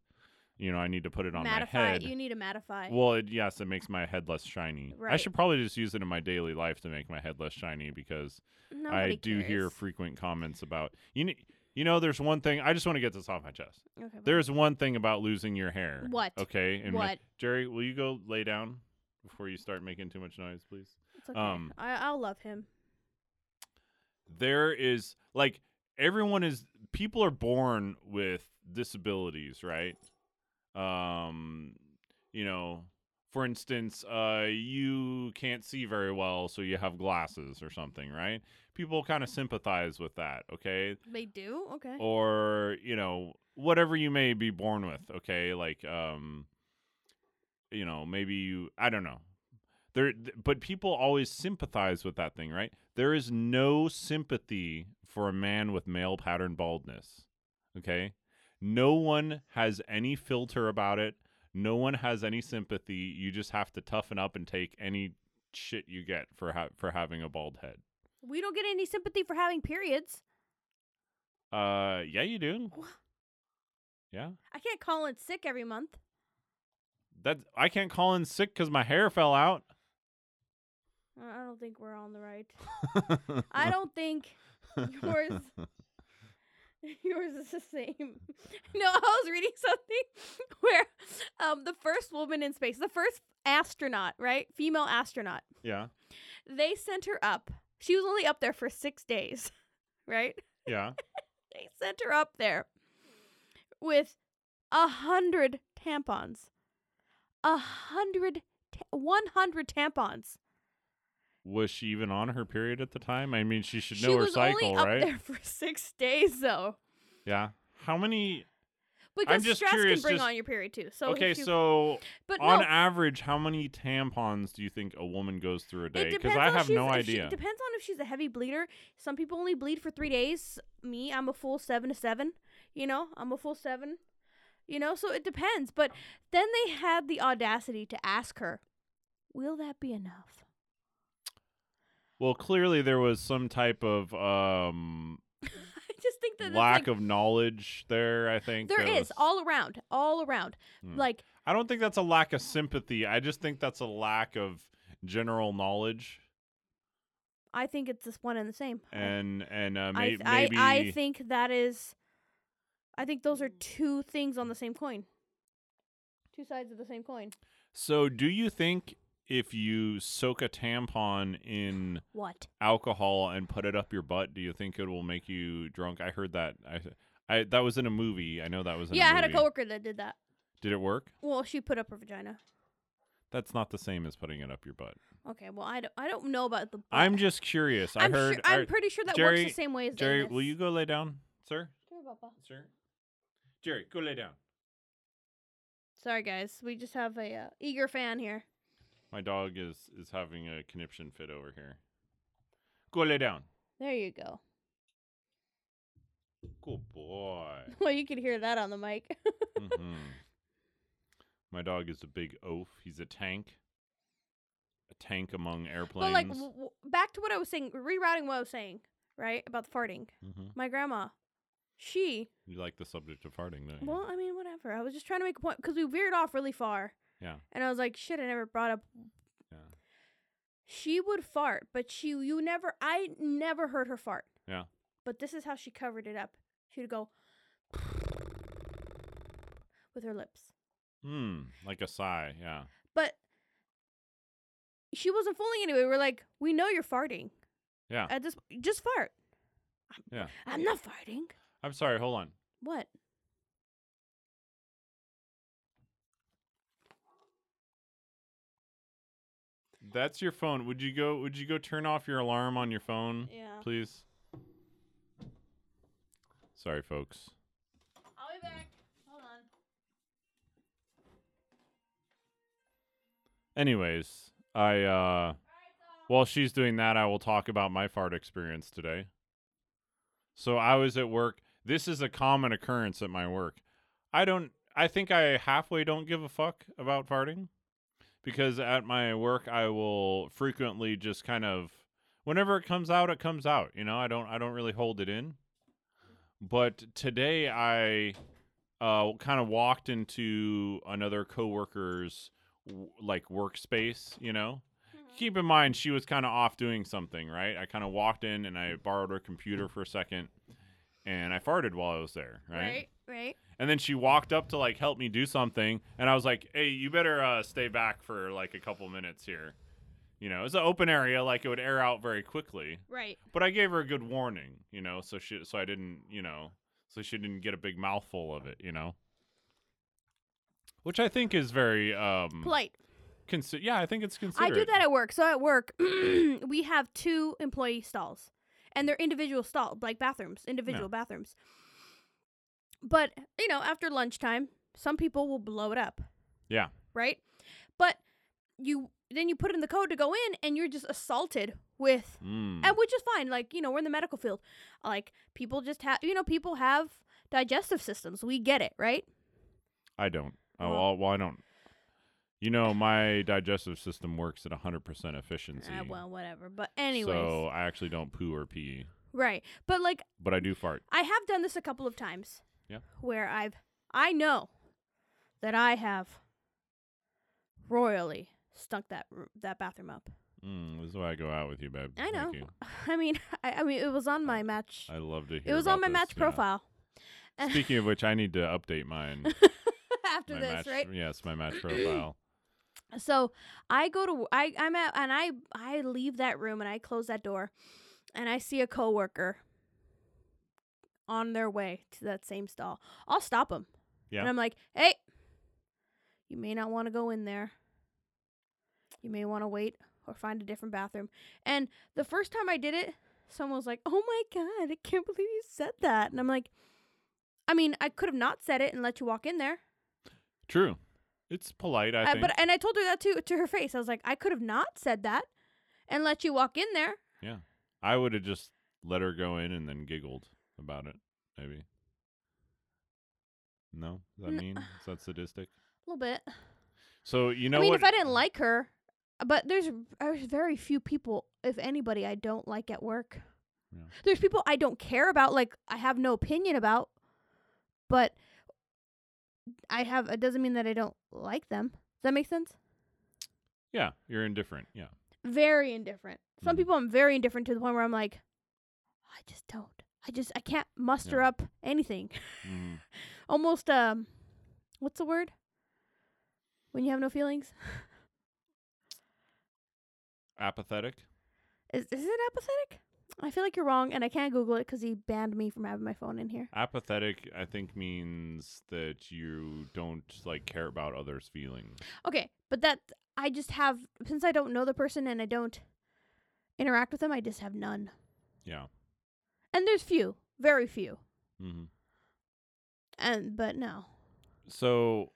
Speaker 1: you know I need to put it on
Speaker 2: mattify.
Speaker 1: my head.
Speaker 2: You need to mattify.
Speaker 1: well, it, yes, it makes my head less shiny. I
Speaker 2: Right.
Speaker 1: should probably just use it in my daily life to make my head less shiny because
Speaker 2: Nobody
Speaker 1: I do hear
Speaker 2: cares.
Speaker 1: frequent comments about you. Kn- you know, there's one thing I just want to get this off my chest.
Speaker 2: Okay, fine.
Speaker 1: There's one thing about losing your hair.
Speaker 2: What?
Speaker 1: Okay. and ma-
Speaker 2: What?
Speaker 1: Jerry, will you go lay down before you start making too much noise, please?
Speaker 2: It's okay.
Speaker 1: um,
Speaker 2: I, I'll love him.
Speaker 1: There is like everyone is people are born with disabilities, right? Um, you know, for instance, uh, you can't see very well, so you have glasses or something, right? People kind of sympathize with that, okay?
Speaker 2: They do. Okay.
Speaker 1: Oh. or you know whatever you may be born with okay like um you know maybe you i don't know there th- but people always sympathize with that thing right there is no sympathy for a man with male pattern baldness okay no one has any filter about it no one has any sympathy you just have to toughen up and take any shit you get for ha- for having a bald head
Speaker 2: We don't get any sympathy for having periods.
Speaker 1: uh yeah you do
Speaker 2: Wha-
Speaker 1: yeah
Speaker 2: I can't call in sick every month.
Speaker 1: That I can't call in sick because my hair fell out.
Speaker 2: I I don't think we're on the right. I don't think yours. Yours is the same. No, I was reading something where um, the first woman in space, the first astronaut, right? Female astronaut,
Speaker 1: Yeah,
Speaker 2: they sent her up. She was only up there for six days, right?
Speaker 1: yeah.
Speaker 2: They sent her up there with a hundred tampons. A hundred, ta- 100 tampons.
Speaker 1: Was she even on her period at the time? I mean, she should
Speaker 2: she
Speaker 1: know her
Speaker 2: was
Speaker 1: cycle,
Speaker 2: only up
Speaker 1: right?
Speaker 2: there for six days, though.
Speaker 1: Yeah. How many?
Speaker 2: Because
Speaker 1: just
Speaker 2: stress
Speaker 1: curious,
Speaker 2: can bring
Speaker 1: just-
Speaker 2: on your period too. So
Speaker 1: okay,
Speaker 2: if you-
Speaker 1: so
Speaker 2: but
Speaker 1: on
Speaker 2: no,
Speaker 1: average, how many tampons do you think a woman goes through a day?
Speaker 2: It depends
Speaker 1: I
Speaker 2: on
Speaker 1: have
Speaker 2: if she's-
Speaker 1: no
Speaker 2: if she-
Speaker 1: idea.
Speaker 2: depends on if she's a heavy bleeder. Some people only bleed for three days. Me, I'm a full seven to seven. You know, I'm a full seven. You know, so it depends. But then they had the audacity to ask her, "Will that be enough?"
Speaker 1: well, clearly there was some type of um,
Speaker 2: I just think that
Speaker 1: lack
Speaker 2: it's like,
Speaker 1: of knowledge there. I think
Speaker 2: there
Speaker 1: that
Speaker 2: is
Speaker 1: was-
Speaker 2: all around, all around.
Speaker 1: Hmm.
Speaker 2: Like
Speaker 1: I don't think that's a lack of sympathy. I just think that's a lack of general knowledge
Speaker 2: I think it's this one and the same. I-
Speaker 1: and and uh,
Speaker 2: I,
Speaker 1: may-
Speaker 2: th- I,
Speaker 1: maybe
Speaker 2: I think that is I think those are two things on the same coin. Two sides of the same coin.
Speaker 1: So, do you think if you soak a tampon in
Speaker 2: What?
Speaker 1: alcohol and put it up your butt, do you think it will make you drunk? I heard that. I, I that was in a movie. I know that was in
Speaker 2: yeah,
Speaker 1: a
Speaker 2: I had a
Speaker 1: movie.
Speaker 2: coworker that did that.
Speaker 1: Did it work?
Speaker 2: Well, she put up her vagina.
Speaker 1: That's not the same as putting it up your butt.
Speaker 2: Okay, well I don't I don't know about the
Speaker 1: I'm just curious. I
Speaker 2: I'm
Speaker 1: heard
Speaker 2: sure, I'm
Speaker 1: I-
Speaker 2: pretty sure that
Speaker 1: Jerry-
Speaker 2: works the same way as
Speaker 1: Jerry,
Speaker 2: anus.
Speaker 1: will you go lay down, sir?
Speaker 2: Sure, Papa.
Speaker 1: Sir? Jerry, go lay down.
Speaker 2: Sorry guys, we just have a uh, eager fan here.
Speaker 1: My dog is is having a conniption fit over here. Go lay down.
Speaker 2: There you go.
Speaker 1: Good boy.
Speaker 2: Well, you could hear that on the mic.
Speaker 1: hmm My dog is a big oaf. He's a tank. A tank among airplanes.
Speaker 2: but like w- w- back to what I was saying, rerouting what I was saying, right? About the farting.
Speaker 1: Mhm.
Speaker 2: My grandma, she
Speaker 1: You like the subject of farting, don't you?
Speaker 2: Well, I mean, whatever. I was just trying to make a point because we veered off really far.
Speaker 1: Yeah.
Speaker 2: And I was like, shit, I never brought up.
Speaker 1: Yeah.
Speaker 2: She would fart, but she, you never, I never heard her fart.
Speaker 1: Yeah.
Speaker 2: But this is how she covered it up. She'd go with her lips.
Speaker 1: Hmm. Like a sigh. Yeah.
Speaker 2: But she wasn't fooling anyway. We're like, we know you're farting.
Speaker 1: Yeah.
Speaker 2: At this, just fart. I'm,
Speaker 1: Yeah.
Speaker 2: I'm not farting.
Speaker 1: I'm sorry. Hold on.
Speaker 2: What?
Speaker 1: That's your phone. Would you go? Would you go turn off your alarm on your phone,
Speaker 2: Yeah.
Speaker 1: please? Sorry, folks.
Speaker 2: I'll be back. Hold on.
Speaker 1: Anyways, I uh while she's doing that, I will talk about my fart experience today. So I was at work. This is a common occurrence at my work. I don't I think I halfway don't give a fuck about farting because at my work I will frequently just kind of whenever it comes out it comes out, you know? I don't I don't really hold it in. But today I uh kind of walked into another coworker's w- like workspace, you know. Keep in mind she was kind of off doing something, right? I kind of walked in and I borrowed her computer for a second and I farted while I was there, right?
Speaker 2: Right. Right.
Speaker 1: And then she walked up to like help me do something and I was like, "Hey, you better uh stay back for like a couple minutes here." You know, it's an open area like it would air out very quickly.
Speaker 2: Right.
Speaker 1: But I gave her a good warning, you know, so she so I didn't, you know, so she didn't get a big mouthful of it, you know. Which I think is very um
Speaker 2: Polite.
Speaker 1: consi- yeah, I think it's
Speaker 2: I
Speaker 1: considerate.
Speaker 2: do that at work. So at work, we have two employee stalls, and they're individual stalls, like bathrooms, individual bathrooms. But you know, after lunchtime, some people will blow it up.
Speaker 1: Yeah.
Speaker 2: Right. But you then you put in the code to go in, and you're just assaulted with,
Speaker 1: Mm.
Speaker 2: and which is fine. Like you know, we're in the medical field. Like people just have, you know, people have digestive systems. We get it, right?
Speaker 1: I don't. Oh,
Speaker 2: Well-
Speaker 1: well, well, I don't. You know, my digestive system works at 100% efficiency.
Speaker 2: Uh, well, whatever. But anyways,
Speaker 1: So I actually don't poo or pee,
Speaker 2: right. But like
Speaker 1: but I do fart.
Speaker 2: I have done this a couple of times.
Speaker 1: Yeah.
Speaker 2: Where I've I know that I have royally stunk that r- that bathroom up.
Speaker 1: Mm, this is why I go out with you, babe.
Speaker 2: I know.
Speaker 1: Thank you.
Speaker 2: I mean, I, I mean it was on my match.
Speaker 1: I love to hear
Speaker 2: It was on my
Speaker 1: about
Speaker 2: match
Speaker 1: this, yeah.
Speaker 2: profile.
Speaker 1: Speaking of which, I need to update mine.
Speaker 2: After
Speaker 1: my
Speaker 2: this,
Speaker 1: match,
Speaker 2: right?
Speaker 1: Yes, my match profile.
Speaker 2: So I go to w- I I'm at and I I leave that room and I close that door, and I see a coworker on their way to that same stall. I'll stop them.
Speaker 1: Yeah.
Speaker 2: And I'm like, hey, you may not want to go in there. You may want to wait or find a different bathroom. And the first time I did it, someone was like, oh my god, I can't believe you said that. And I'm like, I mean, I could have not said it and let you walk in there.
Speaker 1: True. It's polite, I
Speaker 2: Uh,
Speaker 1: think.
Speaker 2: but and I told her that too to her face. I was like, I could have not said that and let you walk in there.
Speaker 1: I would have just let her go in and then giggled about it, maybe. No? Is that
Speaker 2: N-
Speaker 1: mean? Is that sadistic?
Speaker 2: A little bit.
Speaker 1: So you know
Speaker 2: I mean,
Speaker 1: what?
Speaker 2: if I didn't like her, but there's there's very few people, if anybody, I don't like at work.
Speaker 1: Yeah.
Speaker 2: There's people I don't care about, like I have no opinion about, but I have. It doesn't mean that I don't like them. Does that make sense?
Speaker 1: yeah, you're indifferent. Yeah.
Speaker 2: Very indifferent. Some
Speaker 1: Mhm.
Speaker 2: people I'm very indifferent to the point where I'm like, I just don't. I just I can't muster
Speaker 1: Yeah.
Speaker 2: up anything.
Speaker 1: Mhm.
Speaker 2: Almost um, what's the word? When you have no feelings,
Speaker 1: Apathetic.
Speaker 2: Is is it apathetic? I feel like you're wrong, and I can't Google it because he banned me from having my phone in here.
Speaker 1: Apathetic, I think, means that you don't like care about others' feelings.
Speaker 2: Okay, but that I just have since I don't know the person and I don't interact with them, I just have none.
Speaker 1: Yeah.
Speaker 2: And there's few, very few.
Speaker 1: hmm
Speaker 2: And but no,
Speaker 1: So,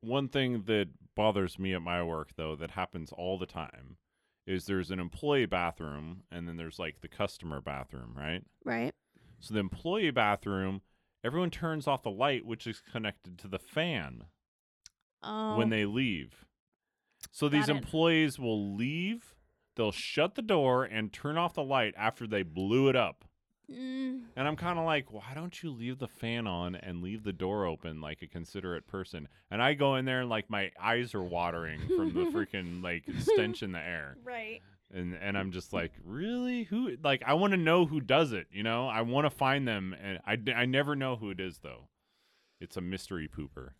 Speaker 1: one thing that bothers me at my work, though, that happens all the time, is there's an employee bathroom and then there's like the customer bathroom, right?
Speaker 2: right?
Speaker 1: So the employee bathroom, everyone turns off the light, which is connected to the fan
Speaker 2: Oh,
Speaker 1: when they leave. So these
Speaker 2: Got it.
Speaker 1: employees will leave, they'll shut the door and turn off the light after they blew it up.
Speaker 2: mm,
Speaker 1: And I'm kind of like, why don't you leave the fan on and leave the door open like a considerate person? And I go in there and like my eyes are watering from the freaking like stench in the air.
Speaker 2: right.
Speaker 1: And and I'm just like, really? Who? Like, I want to know who does it. You know, I want to find them. And I, d- I never know who it is though. It's a mystery pooper.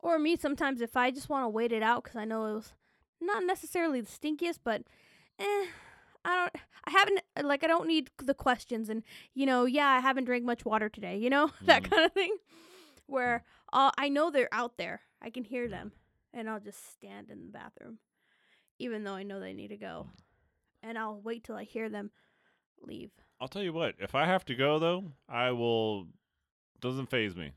Speaker 2: Or me sometimes if I just want to wait it out because I know it was not necessarily the stinkiest, but eh, I don't. I haven't like I don't need the questions and you know yeah I haven't drank much water today you know that
Speaker 1: Mhm.
Speaker 2: kind of thing, where
Speaker 1: Mm.
Speaker 2: uh, I know they're out there I can hear them and I'll just stand in the bathroom, even though I know they need to go,
Speaker 1: Mm.
Speaker 2: and I'll wait till I hear them leave.
Speaker 1: I'll tell you what. If I have to go though, I will. Doesn't phase me.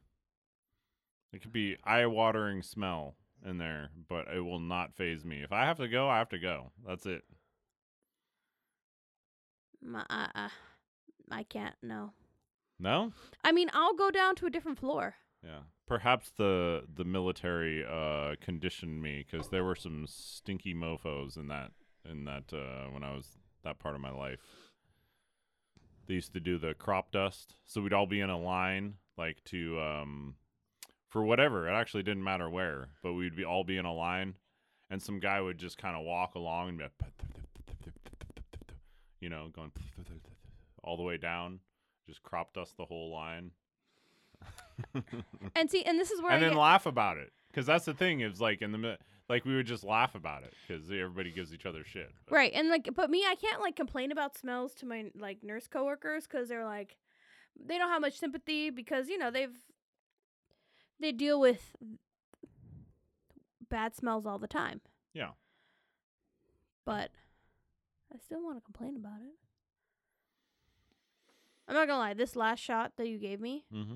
Speaker 1: It could be eye-watering smell in there, but it will not phase me. If I have to go, I have to go. That's it.
Speaker 2: My, uh, uh, I can't no.
Speaker 1: No.
Speaker 2: I mean I'll go down to a different floor.
Speaker 1: Yeah. Perhaps the the military uh, conditioned me because there were some stinky mofo's in that in that uh, when I was that part of my life. They used to do the crop dust, so we'd all be in a line like to um, for whatever. It actually didn't matter where, but we'd be all be in a line, and some guy would just kind of walk along and be like, you know, going all the way down, just crop dust the whole line
Speaker 2: And see and this is where
Speaker 1: Mm. and
Speaker 2: I
Speaker 1: then
Speaker 2: get,
Speaker 1: laugh about it because that's the thing is like in the mi- like we would just laugh about it because everybody gives each other shit but-
Speaker 2: Right, and like, but me, I can't like complain about smells to my like nurse coworkers because they're like, they don't have much sympathy because you know they've they deal with bad smells all the time.
Speaker 1: Yeah.
Speaker 2: But I still want to complain about it. I'm not gonna lie, this last shot that you gave me
Speaker 1: mm-hmm.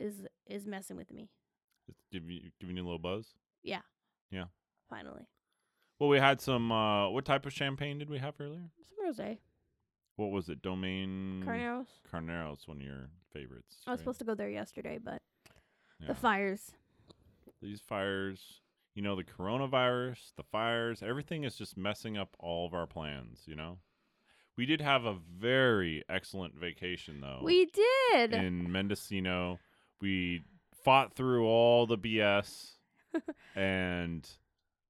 Speaker 2: is is messing with me.
Speaker 1: it's giving you, giving you a little buzz
Speaker 2: Finally,
Speaker 1: well we had some uh what type of champagne did we have earlier
Speaker 2: some rosé,
Speaker 1: what was it domaine
Speaker 2: Carneros.
Speaker 1: carnero's one of your favorites
Speaker 2: I
Speaker 1: right?
Speaker 2: was supposed to go there yesterday, but
Speaker 1: yeah.
Speaker 2: the fires.
Speaker 1: these fires you know the coronavirus the fires everything is just messing up all of our plans you know we did have a very excellent vacation though
Speaker 2: We did.
Speaker 1: in Mendocino. We fought through all the BS, and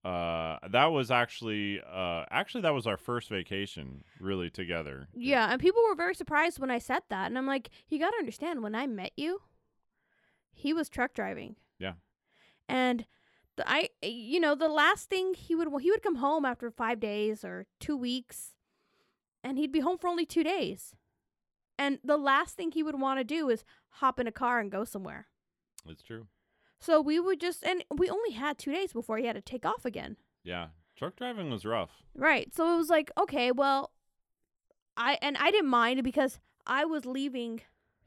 Speaker 1: uh, that was actually uh, actually that was our first vacation really together.
Speaker 2: Yeah, and people were very surprised when I said that. And I'm like, you got to understand, when I met you, he was truck driving.
Speaker 1: Yeah.
Speaker 2: And the, I, eh, you know, the last thing he would, he would come home after five days or two weeks, and he'd be home for only two days. And the last thing he would want to do is hop in a car and go somewhere.
Speaker 1: it's true.
Speaker 2: So we would just, and we only had two days before he had to take off again.
Speaker 1: Yeah, truck driving was rough.
Speaker 2: Right. So it was like, okay, well, I and I didn't mind because I was leaving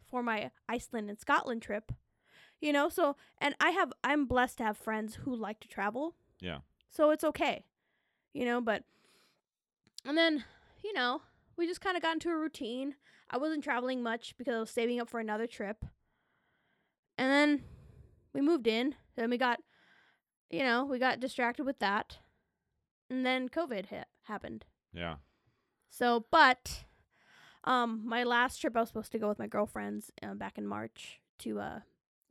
Speaker 2: for my Iceland and Scotland trip. You know, so and I have I'm blessed to have friends who like to travel.
Speaker 1: Yeah.
Speaker 2: So it's okay. You know, but and then, you know, we just kind of got into a routine. I wasn't traveling much because I was saving up for another trip. And then we moved in, then we got you know, we got distracted with that. And then COVID hit, happened.
Speaker 1: Yeah.
Speaker 2: So, but um, my last trip I was supposed to go with my girlfriends uh, back in March to uh,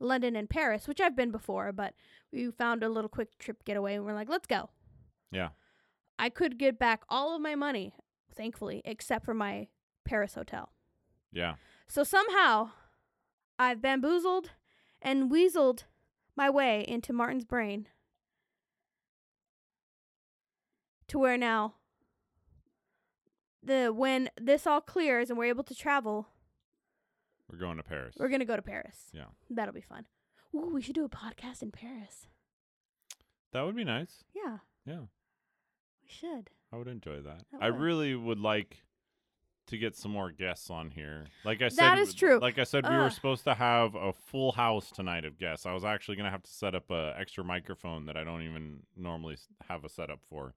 Speaker 2: London and Paris, which I've been before, but we found a little quick trip getaway and we're like, let's go.
Speaker 1: Yeah.
Speaker 2: I could get back all of my money, thankfully, except for my Paris hotel.
Speaker 1: Yeah.
Speaker 2: So somehow I've bamboozled and weaseled my way into Martin's brain to where now the when this all clears and we're able to travel,
Speaker 1: We're going to Paris.
Speaker 2: we're gonna go to Paris.
Speaker 1: Yeah.
Speaker 2: That'll be fun. Ooh, we should do a podcast in Paris.
Speaker 1: that would be nice.
Speaker 2: Yeah,
Speaker 1: Yeah.
Speaker 2: we should.
Speaker 1: I would enjoy that.
Speaker 2: I
Speaker 1: I
Speaker 2: would.
Speaker 1: really would like to get some more guests on here. Like I said,
Speaker 2: That is true.
Speaker 1: Like I said, we were
Speaker 2: Ugh.
Speaker 1: supposed to have a full house tonight of guests. I was actually gonna have to set up a extra microphone that I don't even normally s- have a setup for,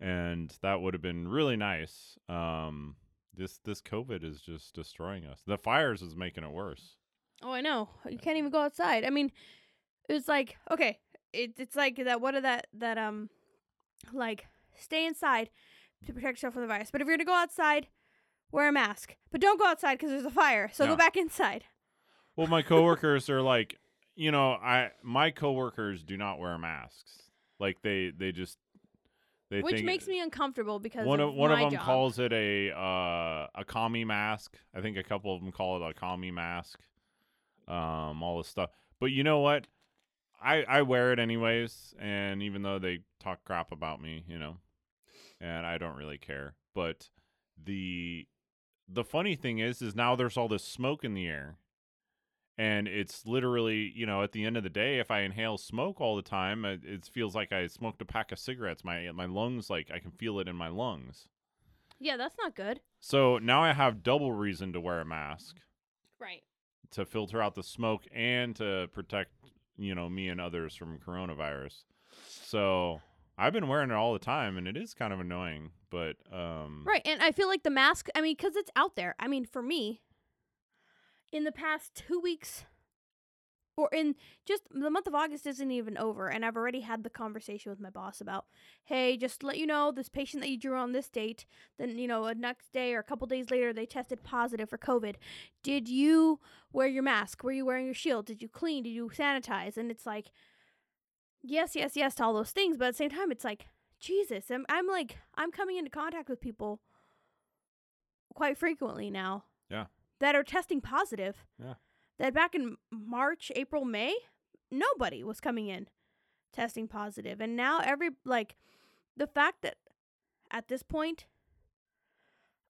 Speaker 1: and that would have been really nice. Um, this this COVID is just destroying us. The fires is making it worse.
Speaker 2: Oh, I know. You can't even go outside. I mean, it's like okay, it, it's like that. What are that that um, like stay inside to protect yourself from the virus. But if you're gonna go outside, wear a mask. But don't go outside because there's a fire. So
Speaker 1: No.
Speaker 2: go back inside.
Speaker 1: Well, my coworkers are like, you know, I my coworkers do not wear masks. Like they they just they
Speaker 2: Which
Speaker 1: think,
Speaker 2: makes me uncomfortable because
Speaker 1: one
Speaker 2: of,
Speaker 1: of one of
Speaker 2: my
Speaker 1: them
Speaker 2: job.
Speaker 1: calls it a uh, a commie mask. I think a couple of them call it a commie mask. Um, all this stuff. But you know what? I I wear it anyways, and even though they talk crap about me, you know, and I don't really care. But the the funny thing is, is now there's all this smoke in the air, and it's literally, you know, at the end of the day, if I inhale smoke all the time, it, it feels like I smoked a pack of cigarettes. My my lungs, like I can feel it in my lungs.
Speaker 2: Yeah, that's not good.
Speaker 1: So now I have double reason to wear a mask
Speaker 2: Right.
Speaker 1: to filter out the smoke and to protect, you know, me and others from coronavirus. So I've been wearing it all the time, and it is kind of annoying, but um,
Speaker 2: Right, and I feel like the mask. I mean, because it's out there. I mean, for me, in the past two weeks, or in just the month of August isn't even over, and I've already had the conversation with my boss about, hey, just to let you know, this patient that you drew on this date, then you know, a next day or a couple days later, they tested positive for COVID. Did you wear your mask? Were you wearing your shield? Did you clean? Did you sanitize? And it's like, yes, yes, yes to all those things, but at the same time, it's like. Jesus, I'm, I'm like I'm coming into contact with people quite frequently now.
Speaker 1: Yeah.
Speaker 2: That are testing positive.
Speaker 1: Yeah.
Speaker 2: That back in March, April, May, nobody was coming in testing positive, and now every like the fact that at this point,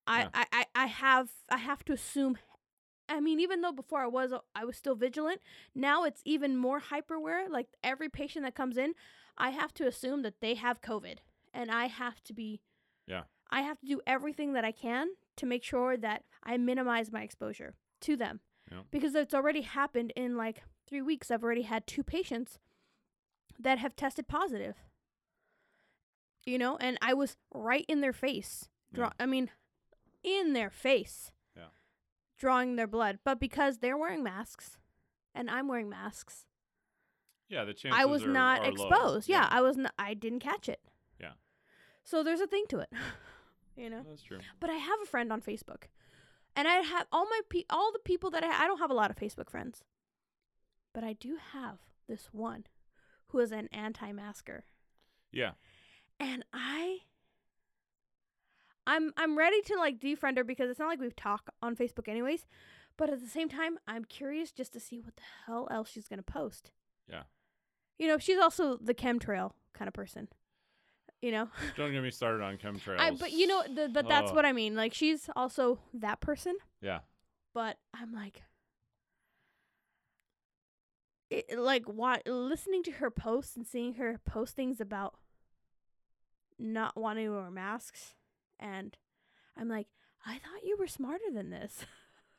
Speaker 2: I
Speaker 1: Yeah.
Speaker 2: I, I I have I have to assume. I mean, even though before I was I was still vigilant. Now it's even more hyperware. Like every patient that comes in, I have to assume that they have COVID, and I have to be.
Speaker 1: Yeah.
Speaker 2: I have to do everything that I can to make sure that I minimize my exposure to them,
Speaker 1: Yeah.
Speaker 2: because it's already happened in like three weeks. I've already had two patients that have tested positive. You know, and I was right in their face. Draw.
Speaker 1: Yeah.
Speaker 2: I mean, in their face.
Speaker 1: Yeah.
Speaker 2: Drawing their blood, but because they're wearing masks, and I'm wearing masks,
Speaker 1: yeah, the chances
Speaker 2: I was
Speaker 1: are-
Speaker 2: not
Speaker 1: are low.
Speaker 2: exposed. Yeah, I was. N- I didn't catch it.
Speaker 1: Yeah.
Speaker 2: So there's a thing to it, you know.
Speaker 1: that's true.
Speaker 2: But I have a friend on Facebook, and I have all my pe- all the people that I I don't have a lot of Facebook friends, but I do have this one who is an anti-masker,
Speaker 1: Yeah,
Speaker 2: and I. I'm I'm ready to like defriend her because it's not like we've talked on Facebook anyways, but at the same time I'm curious just to see what the hell else she's gonna post.
Speaker 1: yeah.
Speaker 2: You know, she's also the chemtrail kind of person. You know,
Speaker 1: Don't get me started on chemtrails.
Speaker 2: I but you know, the, but that's
Speaker 1: Oh.
Speaker 2: what I mean. Like she's also that person,
Speaker 1: yeah,
Speaker 2: but I'm like, it, like why listening to her posts and seeing her post things about not wanting to wear masks, and I'm like, I thought you were smarter than this.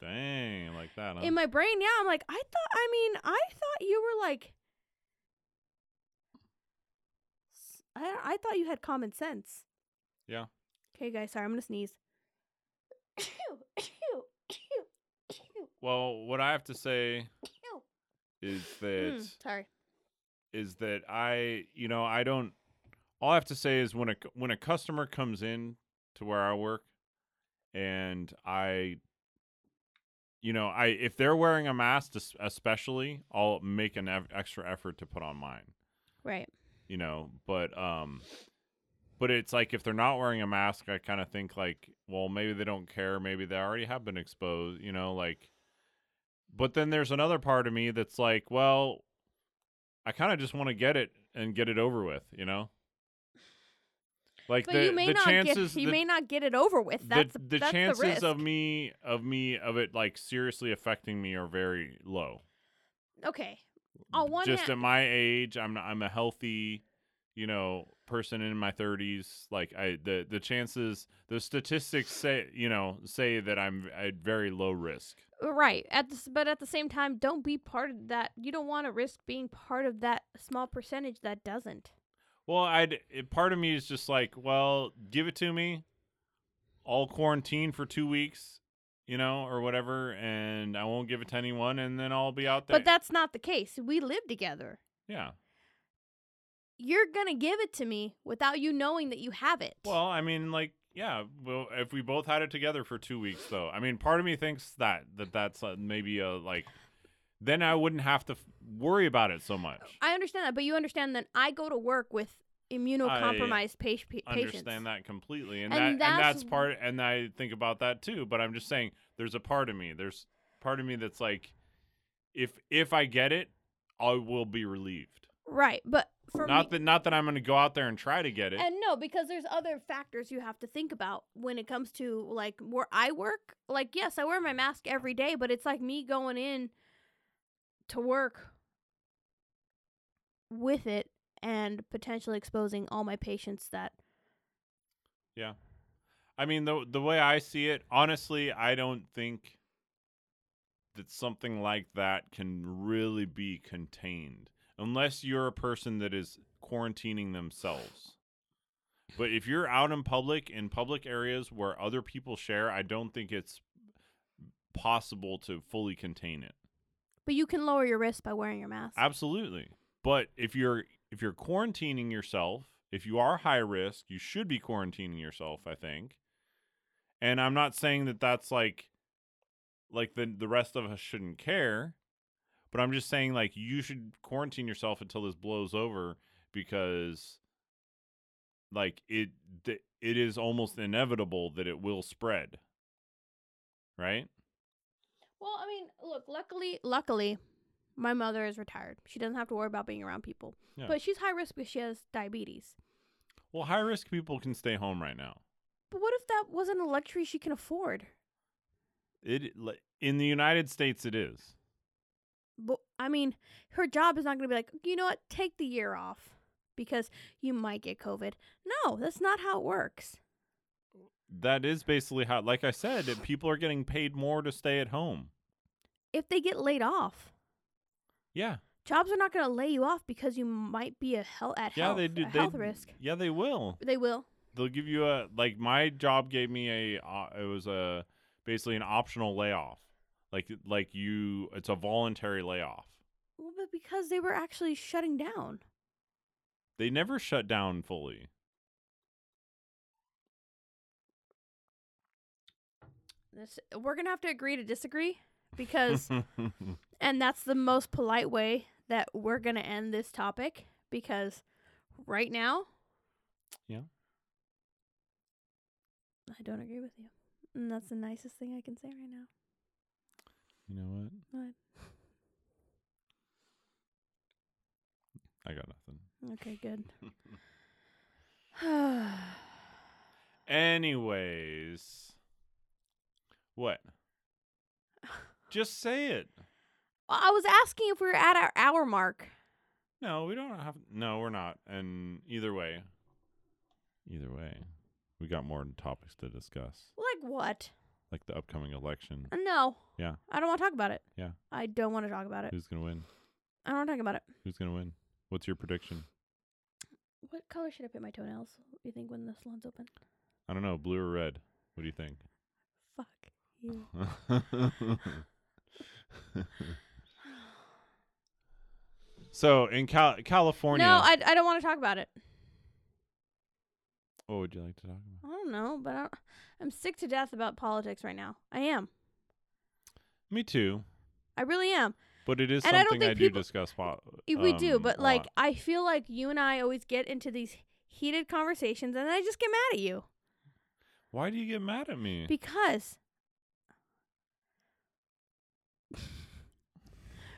Speaker 1: Dang, like that. Huh?
Speaker 2: in my brain, yeah, I'm like, I thought, I mean, I thought you were like, s- I, I thought you had common sense.
Speaker 1: Yeah.
Speaker 2: Okay, guys, sorry, I'm gonna sneeze.
Speaker 1: well, what I have to say is that
Speaker 2: Mm,
Speaker 1: is
Speaker 2: sorry.
Speaker 1: that I, you know, I don't. All I have to say is when a cu- when a customer comes in to where I work, and I, you know, I if they're wearing a mask, es- especially, I'll make an eff- extra effort to put on mine.
Speaker 2: Right.
Speaker 1: you know but um but it's like if they're not wearing a mask i kind of think like well maybe they don't care maybe they already have been exposed you know like but then there's another part of me that's like well i kind of just want to get it and get it over with you know like
Speaker 2: But
Speaker 1: the,
Speaker 2: you may
Speaker 1: the
Speaker 2: not
Speaker 1: chances
Speaker 2: get you
Speaker 1: the,
Speaker 2: may not get it over with. That's
Speaker 1: the,
Speaker 2: the,
Speaker 1: the
Speaker 2: that's
Speaker 1: chances
Speaker 2: the risk.
Speaker 1: of me of me of it like seriously affecting me are very low
Speaker 2: Okay. On one
Speaker 1: just
Speaker 2: hand,
Speaker 1: at my age, I'm I'm a healthy, you know, person in my 30s. Like I the the chances, the statistics say, you know, say that I'm at very low risk.
Speaker 2: right. At the, s- but at the same time, don't be part of that. You don't want to risk being part of that small percentage that doesn't.
Speaker 1: Well, I'd it, part of me is just like, well, give it to me. I'll quarantine for two weeks, you know, or whatever, and I won't give it to anyone, and then I'll be out there.
Speaker 2: But that's not the case. We live together.
Speaker 1: yeah.
Speaker 2: You're gonna give it to me without you knowing that you have it.
Speaker 1: Well, I mean, like, yeah. Well, if we both had it together for two weeks, though, I mean, part of me thinks that that that's uh, maybe a like, then I wouldn't have to f- worry about it so much.
Speaker 2: I understand that, but you understand that I go to work with immunocompromised pa- patients.
Speaker 1: Understand that completely, and,
Speaker 2: And
Speaker 1: that and
Speaker 2: that's
Speaker 1: that's part, and I think about that too. But I'm just saying, there's a part of me, there's part of me that's like, if if I get it, I will be relieved.
Speaker 2: Right, but for me,
Speaker 1: Not that not that I'm going to go out there and try to get it.
Speaker 2: And no, because there's other factors you have to think about when it comes to like where I work. Like, yes, I wear my mask every day, but it's like me going in to work with it and potentially exposing all my patients that
Speaker 1: I mean, the the way I see it, honestly, I don't think that something like that can really be contained unless you're a person that is quarantining themselves. But if you're out in public in public areas where other people share, I don't think it's possible to fully contain it.
Speaker 2: but you can lower your risk by wearing your mask.
Speaker 1: Absolutely. But if you're if you're quarantining yourself, if you are high risk, you should be quarantining yourself, I think. And I'm not saying that that's like like the the rest of us shouldn't care, but I'm just saying like you should quarantine yourself until this blows over because like it th- it is almost inevitable that it will spread. Right?
Speaker 2: well, I mean, look, luckily, luckily, my mother is retired. She doesn't have to worry about being around people.
Speaker 1: Yeah.
Speaker 2: But she's high risk because she has diabetes.
Speaker 1: Well, high risk people can stay home right now.
Speaker 2: But what if that wasn't a luxury she can afford?
Speaker 1: It li- in the United States it is.
Speaker 2: but I mean, her job is not going to be like, you know what, take the year off because you might get COVID. No, that's not how it works.
Speaker 1: That is basically how like I said, that people are getting paid more to stay at home.
Speaker 2: If they get laid off,
Speaker 1: Yeah.
Speaker 2: jobs are not going to lay you off because you might be a health at
Speaker 1: Yeah,
Speaker 2: health,
Speaker 1: they do
Speaker 2: a
Speaker 1: they,
Speaker 2: health risk.
Speaker 1: Yeah, they will.
Speaker 2: They will.
Speaker 1: They'll give you a like my job gave me a uh, it was a basically an optional layoff. Like like you it's a voluntary layoff.
Speaker 2: Well, but because they were actually shutting down.
Speaker 1: They never shut down fully.
Speaker 2: This, we're going to have to agree to disagree because, and that's the most polite way that we're going to end this topic because right now.
Speaker 1: Yeah.
Speaker 2: I don't agree with you. And that's the nicest thing I can say right now.
Speaker 1: You know what?
Speaker 2: What?
Speaker 1: I got nothing.
Speaker 2: Okay, good.
Speaker 1: Anyways. What? Just say it.
Speaker 2: Well, I was asking if we were at our hour mark.
Speaker 1: No, we don't have. No, we're not. And either way, either way, we got more topics to discuss.
Speaker 2: Like what?
Speaker 1: like the upcoming election.
Speaker 2: Uh, No.
Speaker 1: Yeah.
Speaker 2: I don't want to talk about it.
Speaker 1: Yeah. Mm.
Speaker 2: I don't want to talk about it.
Speaker 1: Who's gonna win?
Speaker 2: I don't want to talk about it.
Speaker 1: Who's gonna win? What's your prediction?
Speaker 2: What color should I paint my toenails? You think when the salon's open?
Speaker 1: I don't know, blue or red. What do you think?
Speaker 2: Fuck you.
Speaker 1: so in Cal- California,
Speaker 2: No, I, I don't want to talk about it.
Speaker 1: what would you like to talk about?
Speaker 2: I don't know, but I don't, I'm sick to death about politics right now. I am.
Speaker 1: Me too,
Speaker 2: I really am.
Speaker 1: but it is
Speaker 2: And I don't
Speaker 1: something I,
Speaker 2: think
Speaker 1: do
Speaker 2: people-
Speaker 1: discuss. Po-
Speaker 2: Y- We do,
Speaker 1: um,
Speaker 2: but
Speaker 1: a
Speaker 2: like
Speaker 1: lot.
Speaker 2: I feel like you and I always get into these heated conversations and I just get mad at you
Speaker 1: why do you get mad at me?
Speaker 2: because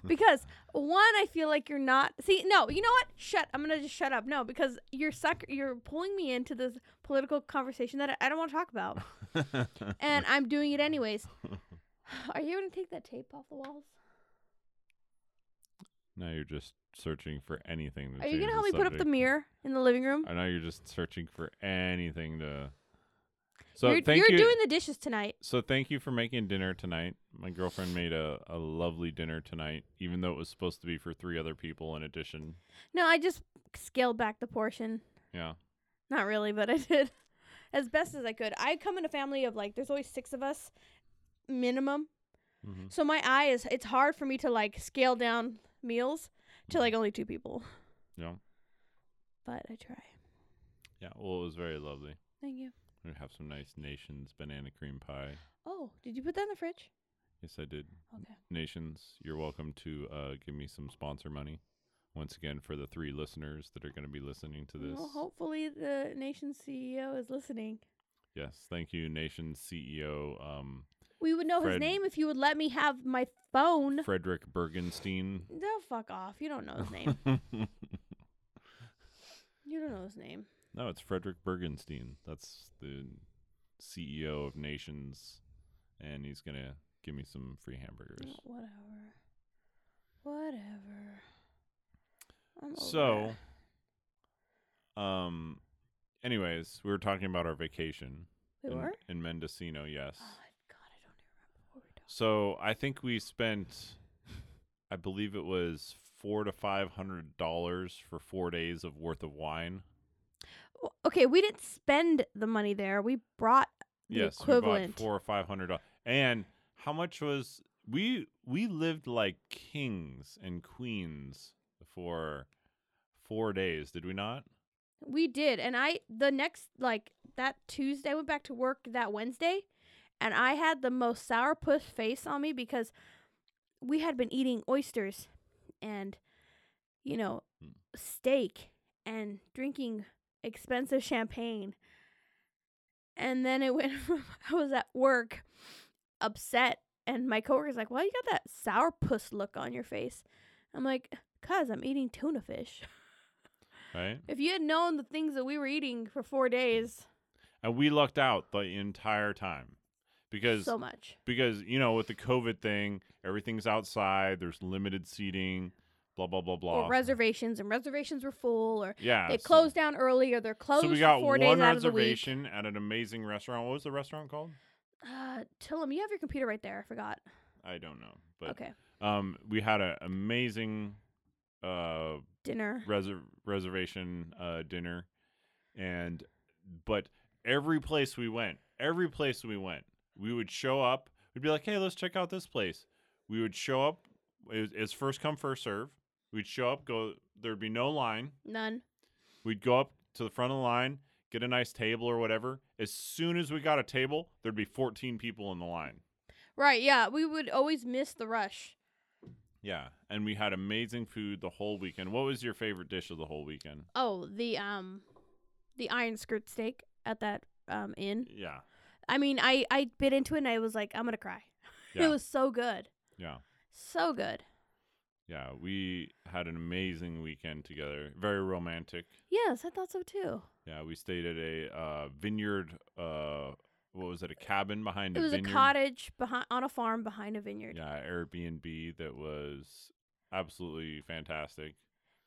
Speaker 2: because one I feel like you're not See, no, you know what? Shut. I'm going to just shut up. No, because you're suck you're pulling me into this political conversation that I, I don't want to talk about. and I'm doing it anyways. Are you going to take that tape off the walls?
Speaker 1: now you're just searching for anything. To
Speaker 2: Are you
Speaker 1: going
Speaker 2: gonna
Speaker 1: to
Speaker 2: help me put up the mirror in the living room?
Speaker 1: I know you're just searching for anything to. So
Speaker 2: you're
Speaker 1: thank
Speaker 2: you're
Speaker 1: you.
Speaker 2: doing the dishes tonight.
Speaker 1: so thank you for making dinner tonight. My girlfriend made a, a lovely dinner tonight, even though it was supposed to be for three other people in addition.
Speaker 2: No, I just scaled back the portion.
Speaker 1: Yeah.
Speaker 2: Not really, but I did as best as I could. I come in a family of like there's always six of us minimum.
Speaker 1: Mm-hmm.
Speaker 2: So my eye is it's hard for me to like scale down meals to like only two people.
Speaker 1: Mm. Yeah.
Speaker 2: But I try.
Speaker 1: Yeah. Well, it was very lovely.
Speaker 2: Thank you.
Speaker 1: We have some nice Nations banana cream pie.
Speaker 2: Oh, did you put that in the fridge?
Speaker 1: Yes, I did.
Speaker 2: Okay.
Speaker 1: Nations, you're welcome to uh, give me some sponsor money. Once again, for the three listeners that are going to be listening to this.
Speaker 2: Well, hopefully the nation CEO is listening.
Speaker 1: Yes. Thank you, Nation CEO um,
Speaker 2: We would know
Speaker 1: Fred-
Speaker 2: his name if you would let me have my phone.
Speaker 1: Frederick Bergenstein.
Speaker 2: No, fuck off. You don't know his name. you don't know his name.
Speaker 1: no, it's Frederick Bergenstein. That's the CEO of Nations, and he's going to give me some free hamburgers.
Speaker 2: Oh, Whatever. Whatever. I'm over
Speaker 1: So,
Speaker 2: it.
Speaker 1: um, anyways, we were talking about our vacation
Speaker 2: we
Speaker 1: in,
Speaker 2: were.
Speaker 1: in Mendocino. Yes.
Speaker 2: Oh God, I don't even remember what we were talking.
Speaker 1: So I think we spent, I believe it was four to five hundred dollars for four days of worth of wine.
Speaker 2: Well, Okay, we didn't spend the money there. We brought the
Speaker 1: yes, we
Speaker 2: equivalent.
Speaker 1: bought four or five hundred dollars. And how much was we? We lived like kings and queens for four days. Did we not?
Speaker 2: we did, and I the next like that Tuesday I went back to work that Wednesday, and I had the most sourpuss face on me because we had been eating oysters and you know
Speaker 1: Mm.
Speaker 2: steak and drinking expensive champagne. And then it went from I was at work upset and my coworker's like, "Well, you got that sourpuss look on your face." I'm like, "Cuz I'm eating tuna fish."
Speaker 1: Right.
Speaker 2: If you had known the things that we were eating for 4 days,
Speaker 1: And we lucked out the entire time because
Speaker 2: so much.
Speaker 1: because you know with the COVID thing, everything's outside. There's limited seating. Blah blah blah blah.
Speaker 2: Or reservations and reservations were full or
Speaker 1: yeah,
Speaker 2: they
Speaker 1: so-
Speaker 2: closed down early or they're closed
Speaker 1: So we got
Speaker 2: for 4
Speaker 1: one
Speaker 2: days out of the week.
Speaker 1: reservation at an amazing restaurant. What was the restaurant called?
Speaker 2: Uh, Tillum, you have your computer right there. I forgot.
Speaker 1: I don't know, but
Speaker 2: okay.
Speaker 1: um, we had an amazing uh
Speaker 2: Dinner.
Speaker 1: reser- reservation uh dinner, and but every place we went, every place we went, we would show up. We'd be like, hey, let's check out this place. We would show up. It's it's first come first serve. We'd show up, go. There'd be no line.
Speaker 2: None.
Speaker 1: We'd go up to the front of the line, get a nice table or whatever. As soon as we got a table, there'd be 14 people in the line.
Speaker 2: Right, yeah, we would always miss the rush.
Speaker 1: Yeah, and we had amazing food the whole weekend. What was your favorite dish of the whole weekend?
Speaker 2: Oh, the um the iron skirt steak at that um inn.
Speaker 1: Yeah,
Speaker 2: I mean, I I bit into it and I was like, I'm going to cry.
Speaker 1: Yeah.
Speaker 2: It was so good.
Speaker 1: yeah,
Speaker 2: So good.
Speaker 1: yeah. We had an amazing weekend together. Very romantic.
Speaker 2: Yes, I thought so too.
Speaker 1: Yeah, we stayed at a uh, vineyard. Uh, what was it? A cabin behind
Speaker 2: It
Speaker 1: a
Speaker 2: was a
Speaker 1: vineyard.
Speaker 2: cottage behind on a farm behind a vineyard.
Speaker 1: Yeah, Airbnb that was absolutely fantastic.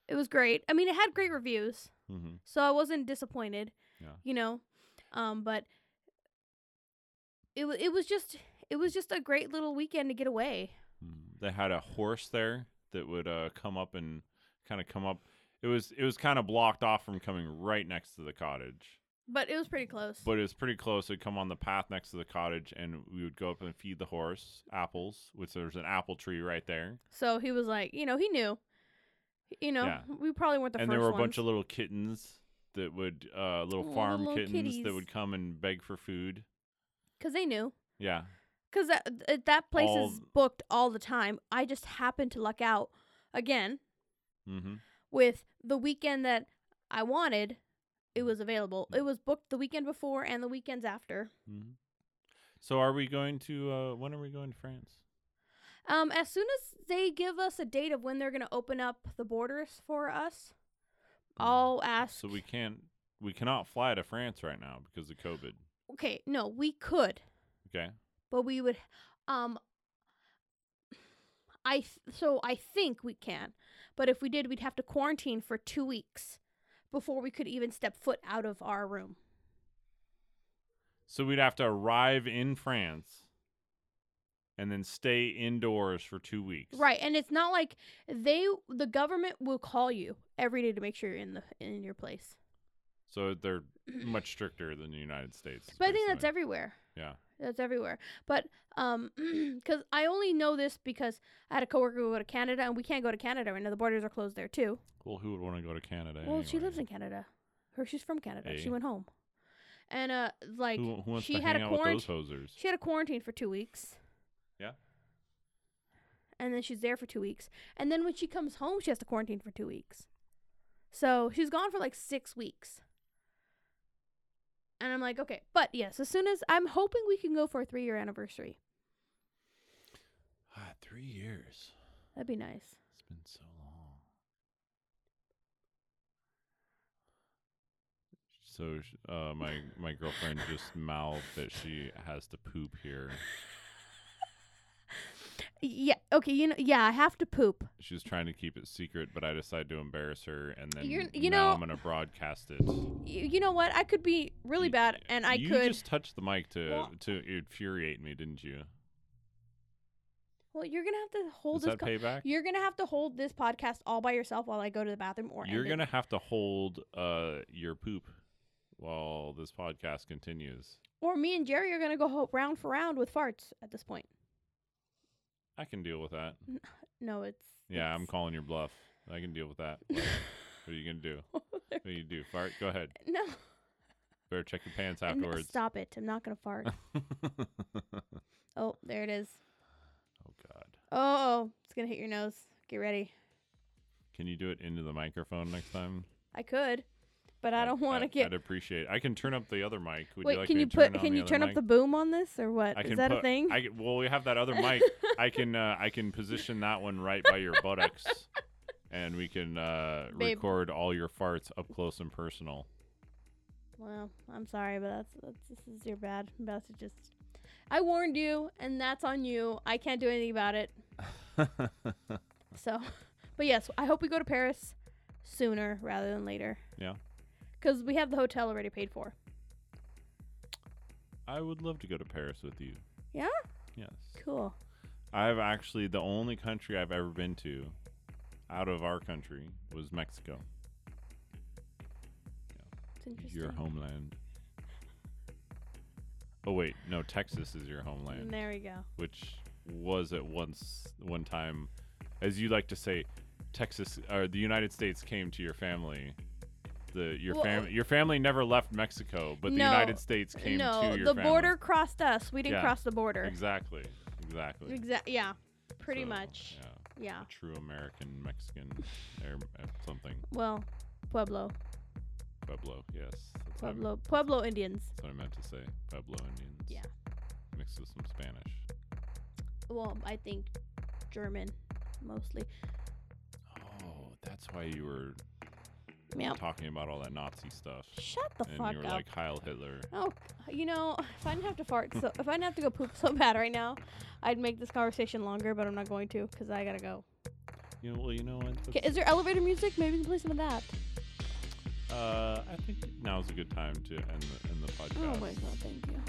Speaker 2: It was great. I mean, it had great reviews,
Speaker 1: hmm
Speaker 2: so I wasn't disappointed.
Speaker 1: Yeah.
Speaker 2: You know, um, but it was it was just it was just a great little weekend to get away.
Speaker 1: Mm, They had a horse there that would uh, come up and kind of come up. It was it was kind of blocked off from coming right next to the cottage,
Speaker 2: But it was pretty close.
Speaker 1: but it was pretty close. It'd come on the path next to the cottage, and we would go up and feed the horse apples, which there's an apple tree right there,
Speaker 2: so he was like, you know, he knew. You know,
Speaker 1: Yeah.
Speaker 2: we probably weren't the
Speaker 1: and
Speaker 2: first
Speaker 1: there were a
Speaker 2: ones.
Speaker 1: bunch of little kittens that would uh, little
Speaker 2: Aw,
Speaker 1: farm
Speaker 2: little
Speaker 1: kittens that
Speaker 2: kitties.
Speaker 1: would come and beg for food.
Speaker 2: Cuz they knew.
Speaker 1: Yeah,
Speaker 2: Cuz that th- that place
Speaker 1: All-
Speaker 2: is booked all the time. I just happened to luck out again
Speaker 1: mm-hmm.
Speaker 2: with the weekend that I wanted. It was available.
Speaker 1: Mm.
Speaker 2: It was booked the weekend before and the weekends after.
Speaker 1: Mm-hmm. So are we going to? Uh, when are we going to France?
Speaker 2: Um, as soon as they give us a date of when they're gonna open up the borders for us, I'll ask.
Speaker 1: Mm. So we can't. We cannot fly to France right now because of COVID.
Speaker 2: okay, no, we could,
Speaker 1: Okay.
Speaker 2: but we would. Um, I th- so I think we can, but if we did, we'd have to quarantine for two weeks before we could even step foot out of our room.
Speaker 1: So we'd have to arrive in France and then stay indoors for two weeks.
Speaker 2: Right, and it's not like they the government will call you every day to make sure you're in the in your place.
Speaker 1: So they're much stricter than the United States. is
Speaker 2: But I think that's
Speaker 1: basically-
Speaker 2: everywhere.
Speaker 1: Yeah.
Speaker 2: That's everywhere. But um, because I only know this because I had a coworker who go to Canada, and we can't go to Canada right now. The borders are closed there too.
Speaker 1: Well, who would want to go to Canada?
Speaker 2: Well, she
Speaker 1: anyway?
Speaker 2: lives in Canada. Her, she's from Canada.
Speaker 1: Hey.
Speaker 2: She went home, and uh, like
Speaker 1: Who, who wants
Speaker 2: she
Speaker 1: to
Speaker 2: had
Speaker 1: hang
Speaker 2: a
Speaker 1: out
Speaker 2: quarantine.
Speaker 1: with those hosers?
Speaker 2: She had a quarantine for two weeks.
Speaker 1: Yeah.
Speaker 2: And then she's there for two weeks. And then when she comes home, she has to quarantine for two weeks. So she's gone for like six weeks. And I'm like, okay. But yes, as soon as I'm hoping we can go for a three year anniversary.
Speaker 1: Ah, three years.
Speaker 2: That'd be nice.
Speaker 1: It's been so long. So sh- uh, my my girlfriend just mouthed that she has to poop here.
Speaker 2: Yeah. Okay. You know. Yeah. I have to poop.
Speaker 1: She was trying to keep it secret, but I decided to embarrass her, and then
Speaker 2: You're- you
Speaker 1: now
Speaker 2: know-
Speaker 1: I'm gonna broadcast it.
Speaker 2: You, you know what? I could be really
Speaker 1: Y-
Speaker 2: bad, and I
Speaker 1: you
Speaker 2: could.
Speaker 1: just touched the mic to
Speaker 2: Well-
Speaker 1: to infuriate me, didn't you?
Speaker 2: well, you're gonna have to hold
Speaker 1: Is
Speaker 2: this.
Speaker 1: that
Speaker 2: co-
Speaker 1: payback?
Speaker 2: you're gonna have to hold this podcast all by yourself while I go to the bathroom or.
Speaker 1: You're
Speaker 2: end it.
Speaker 1: gonna have to hold uh your poop while this podcast continues.
Speaker 2: Or me and Jerry are gonna go ho- round for round with farts at this point.
Speaker 1: I can deal with that.
Speaker 2: No, it's.
Speaker 1: Yeah, I'm
Speaker 2: it's-
Speaker 1: calling your bluff. I can deal with that. What what are you gonna do?
Speaker 2: Oh,
Speaker 1: What do you do? Fart? Go ahead.
Speaker 2: no.
Speaker 1: Better check your pants
Speaker 2: n-
Speaker 1: afterwards.
Speaker 2: Stop it! I'm not gonna fart.
Speaker 1: oh
Speaker 2: oh, there it is.
Speaker 1: God.
Speaker 2: Oh, oh, it's gonna hit your nose. Get ready.
Speaker 1: Can you do it into the microphone next time?
Speaker 2: I could, but I
Speaker 1: I'd-
Speaker 2: don't want to
Speaker 1: I'd-
Speaker 2: get.
Speaker 1: I'd appreciate. I can turn up the other mic. Would
Speaker 2: Wait,
Speaker 1: you like
Speaker 2: can
Speaker 1: me
Speaker 2: you
Speaker 1: to turn
Speaker 2: put?
Speaker 1: on
Speaker 2: Can
Speaker 1: the
Speaker 2: you
Speaker 1: other
Speaker 2: turn
Speaker 1: mic?
Speaker 2: up the boom on this or what?
Speaker 1: I
Speaker 2: Is
Speaker 1: can
Speaker 2: that a
Speaker 1: put-
Speaker 2: thing?
Speaker 1: I can- well, we have that other mic. I can uh, I can position that one right by your buttocks, and we can uh,
Speaker 2: Babe.
Speaker 1: record all your farts up close and personal.
Speaker 2: Well, I'm sorry, but that's, that's this is your bad. I'm about to just. I warned you, and that's on you. I can't do anything about it. So, but yes, I hope we go to Paris sooner rather than later.
Speaker 1: Yeah.
Speaker 2: Because we have the hotel already paid for.
Speaker 1: I would love to go to Paris with you.
Speaker 2: Yeah?
Speaker 1: Yes.
Speaker 2: Cool.
Speaker 1: I've actually the only country I've ever been to out of our country was Mexico,
Speaker 2: It's interesting.
Speaker 1: your homeland. Oh wait, no, Texas is your homeland.
Speaker 2: There we go.
Speaker 1: which was at once one time, as you like to say, Texas or the United States came to your family. The your
Speaker 2: Well-
Speaker 1: family your family never left Mexico, but the
Speaker 2: No,
Speaker 1: United States came
Speaker 2: no,
Speaker 1: to your
Speaker 2: the
Speaker 1: family.
Speaker 2: border crossed us. We didn't
Speaker 1: Yeah,
Speaker 2: cross the border.
Speaker 1: Exactly, exactly.
Speaker 2: Exactly. Yeah. Pretty
Speaker 1: So,
Speaker 2: much.
Speaker 1: Yeah,
Speaker 2: Yeah.
Speaker 1: a true American Mexican or uh, something.
Speaker 2: Well, Pueblo.
Speaker 1: Pueblo, yes. That's what I-
Speaker 2: Pueblo. Pueblo Indians.
Speaker 1: that's what I meant to say. Pueblo Indians.
Speaker 2: Yeah.
Speaker 1: Mixed with some Spanish.
Speaker 2: Well, I think German mostly.
Speaker 1: Oh, that's why you were
Speaker 2: Meow.
Speaker 1: talking about all that Nazi stuff.
Speaker 2: Shut the
Speaker 1: and
Speaker 2: fuck
Speaker 1: you were
Speaker 2: up.
Speaker 1: like Heil Hitler.
Speaker 2: Oh, you know, if I didn't have to fart, so if I didn't have to go poop so bad right now, I'd make this conversation longer. But I'm not going to because I gotta go.
Speaker 1: You know, well, you know what?
Speaker 2: Okay, is there elevator music? Maybe we can play some of that.
Speaker 1: uh, I think now's a good time to end the, end the podcast.
Speaker 2: Oh my god, thank you.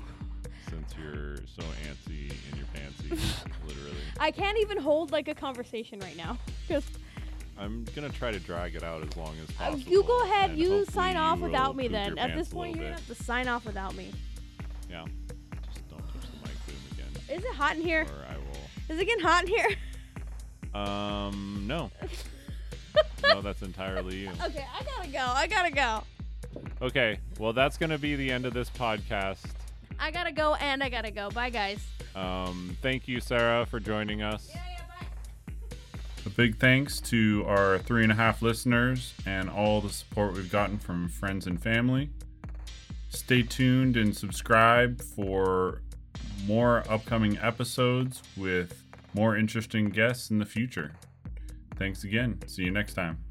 Speaker 1: since you're so antsy in your pantsy, literally.
Speaker 2: I can't even hold like a conversation right now. Just
Speaker 1: I'm gonna try to drag it out as long as
Speaker 2: uh,
Speaker 1: possible.
Speaker 2: you go ahead.
Speaker 1: and
Speaker 2: You
Speaker 1: hopefully
Speaker 2: sign off
Speaker 1: will
Speaker 2: without me
Speaker 1: poop
Speaker 2: then.
Speaker 1: your
Speaker 2: At
Speaker 1: pants
Speaker 2: this
Speaker 1: a little
Speaker 2: point, you're gonna
Speaker 1: bit.
Speaker 2: have to sign off without me.
Speaker 1: Just don't touch the mic boom again,
Speaker 2: Is it hot in here?
Speaker 1: or I will.
Speaker 2: Is it getting hot in here?
Speaker 1: Um, no. no, that's entirely you.
Speaker 2: okay, I gotta go. I gotta go.
Speaker 1: Okay, well that's gonna be the end of this podcast.
Speaker 2: I gotta go and I gotta go. Bye, guys.
Speaker 1: Um, thank you, Sarah, for joining us.
Speaker 2: yeah, bye.
Speaker 1: A big thanks to our three and a half listeners and all the support we've gotten from friends and family. Stay tuned and subscribe for more upcoming episodes with more interesting guests in the future. Thanks again. See you next time.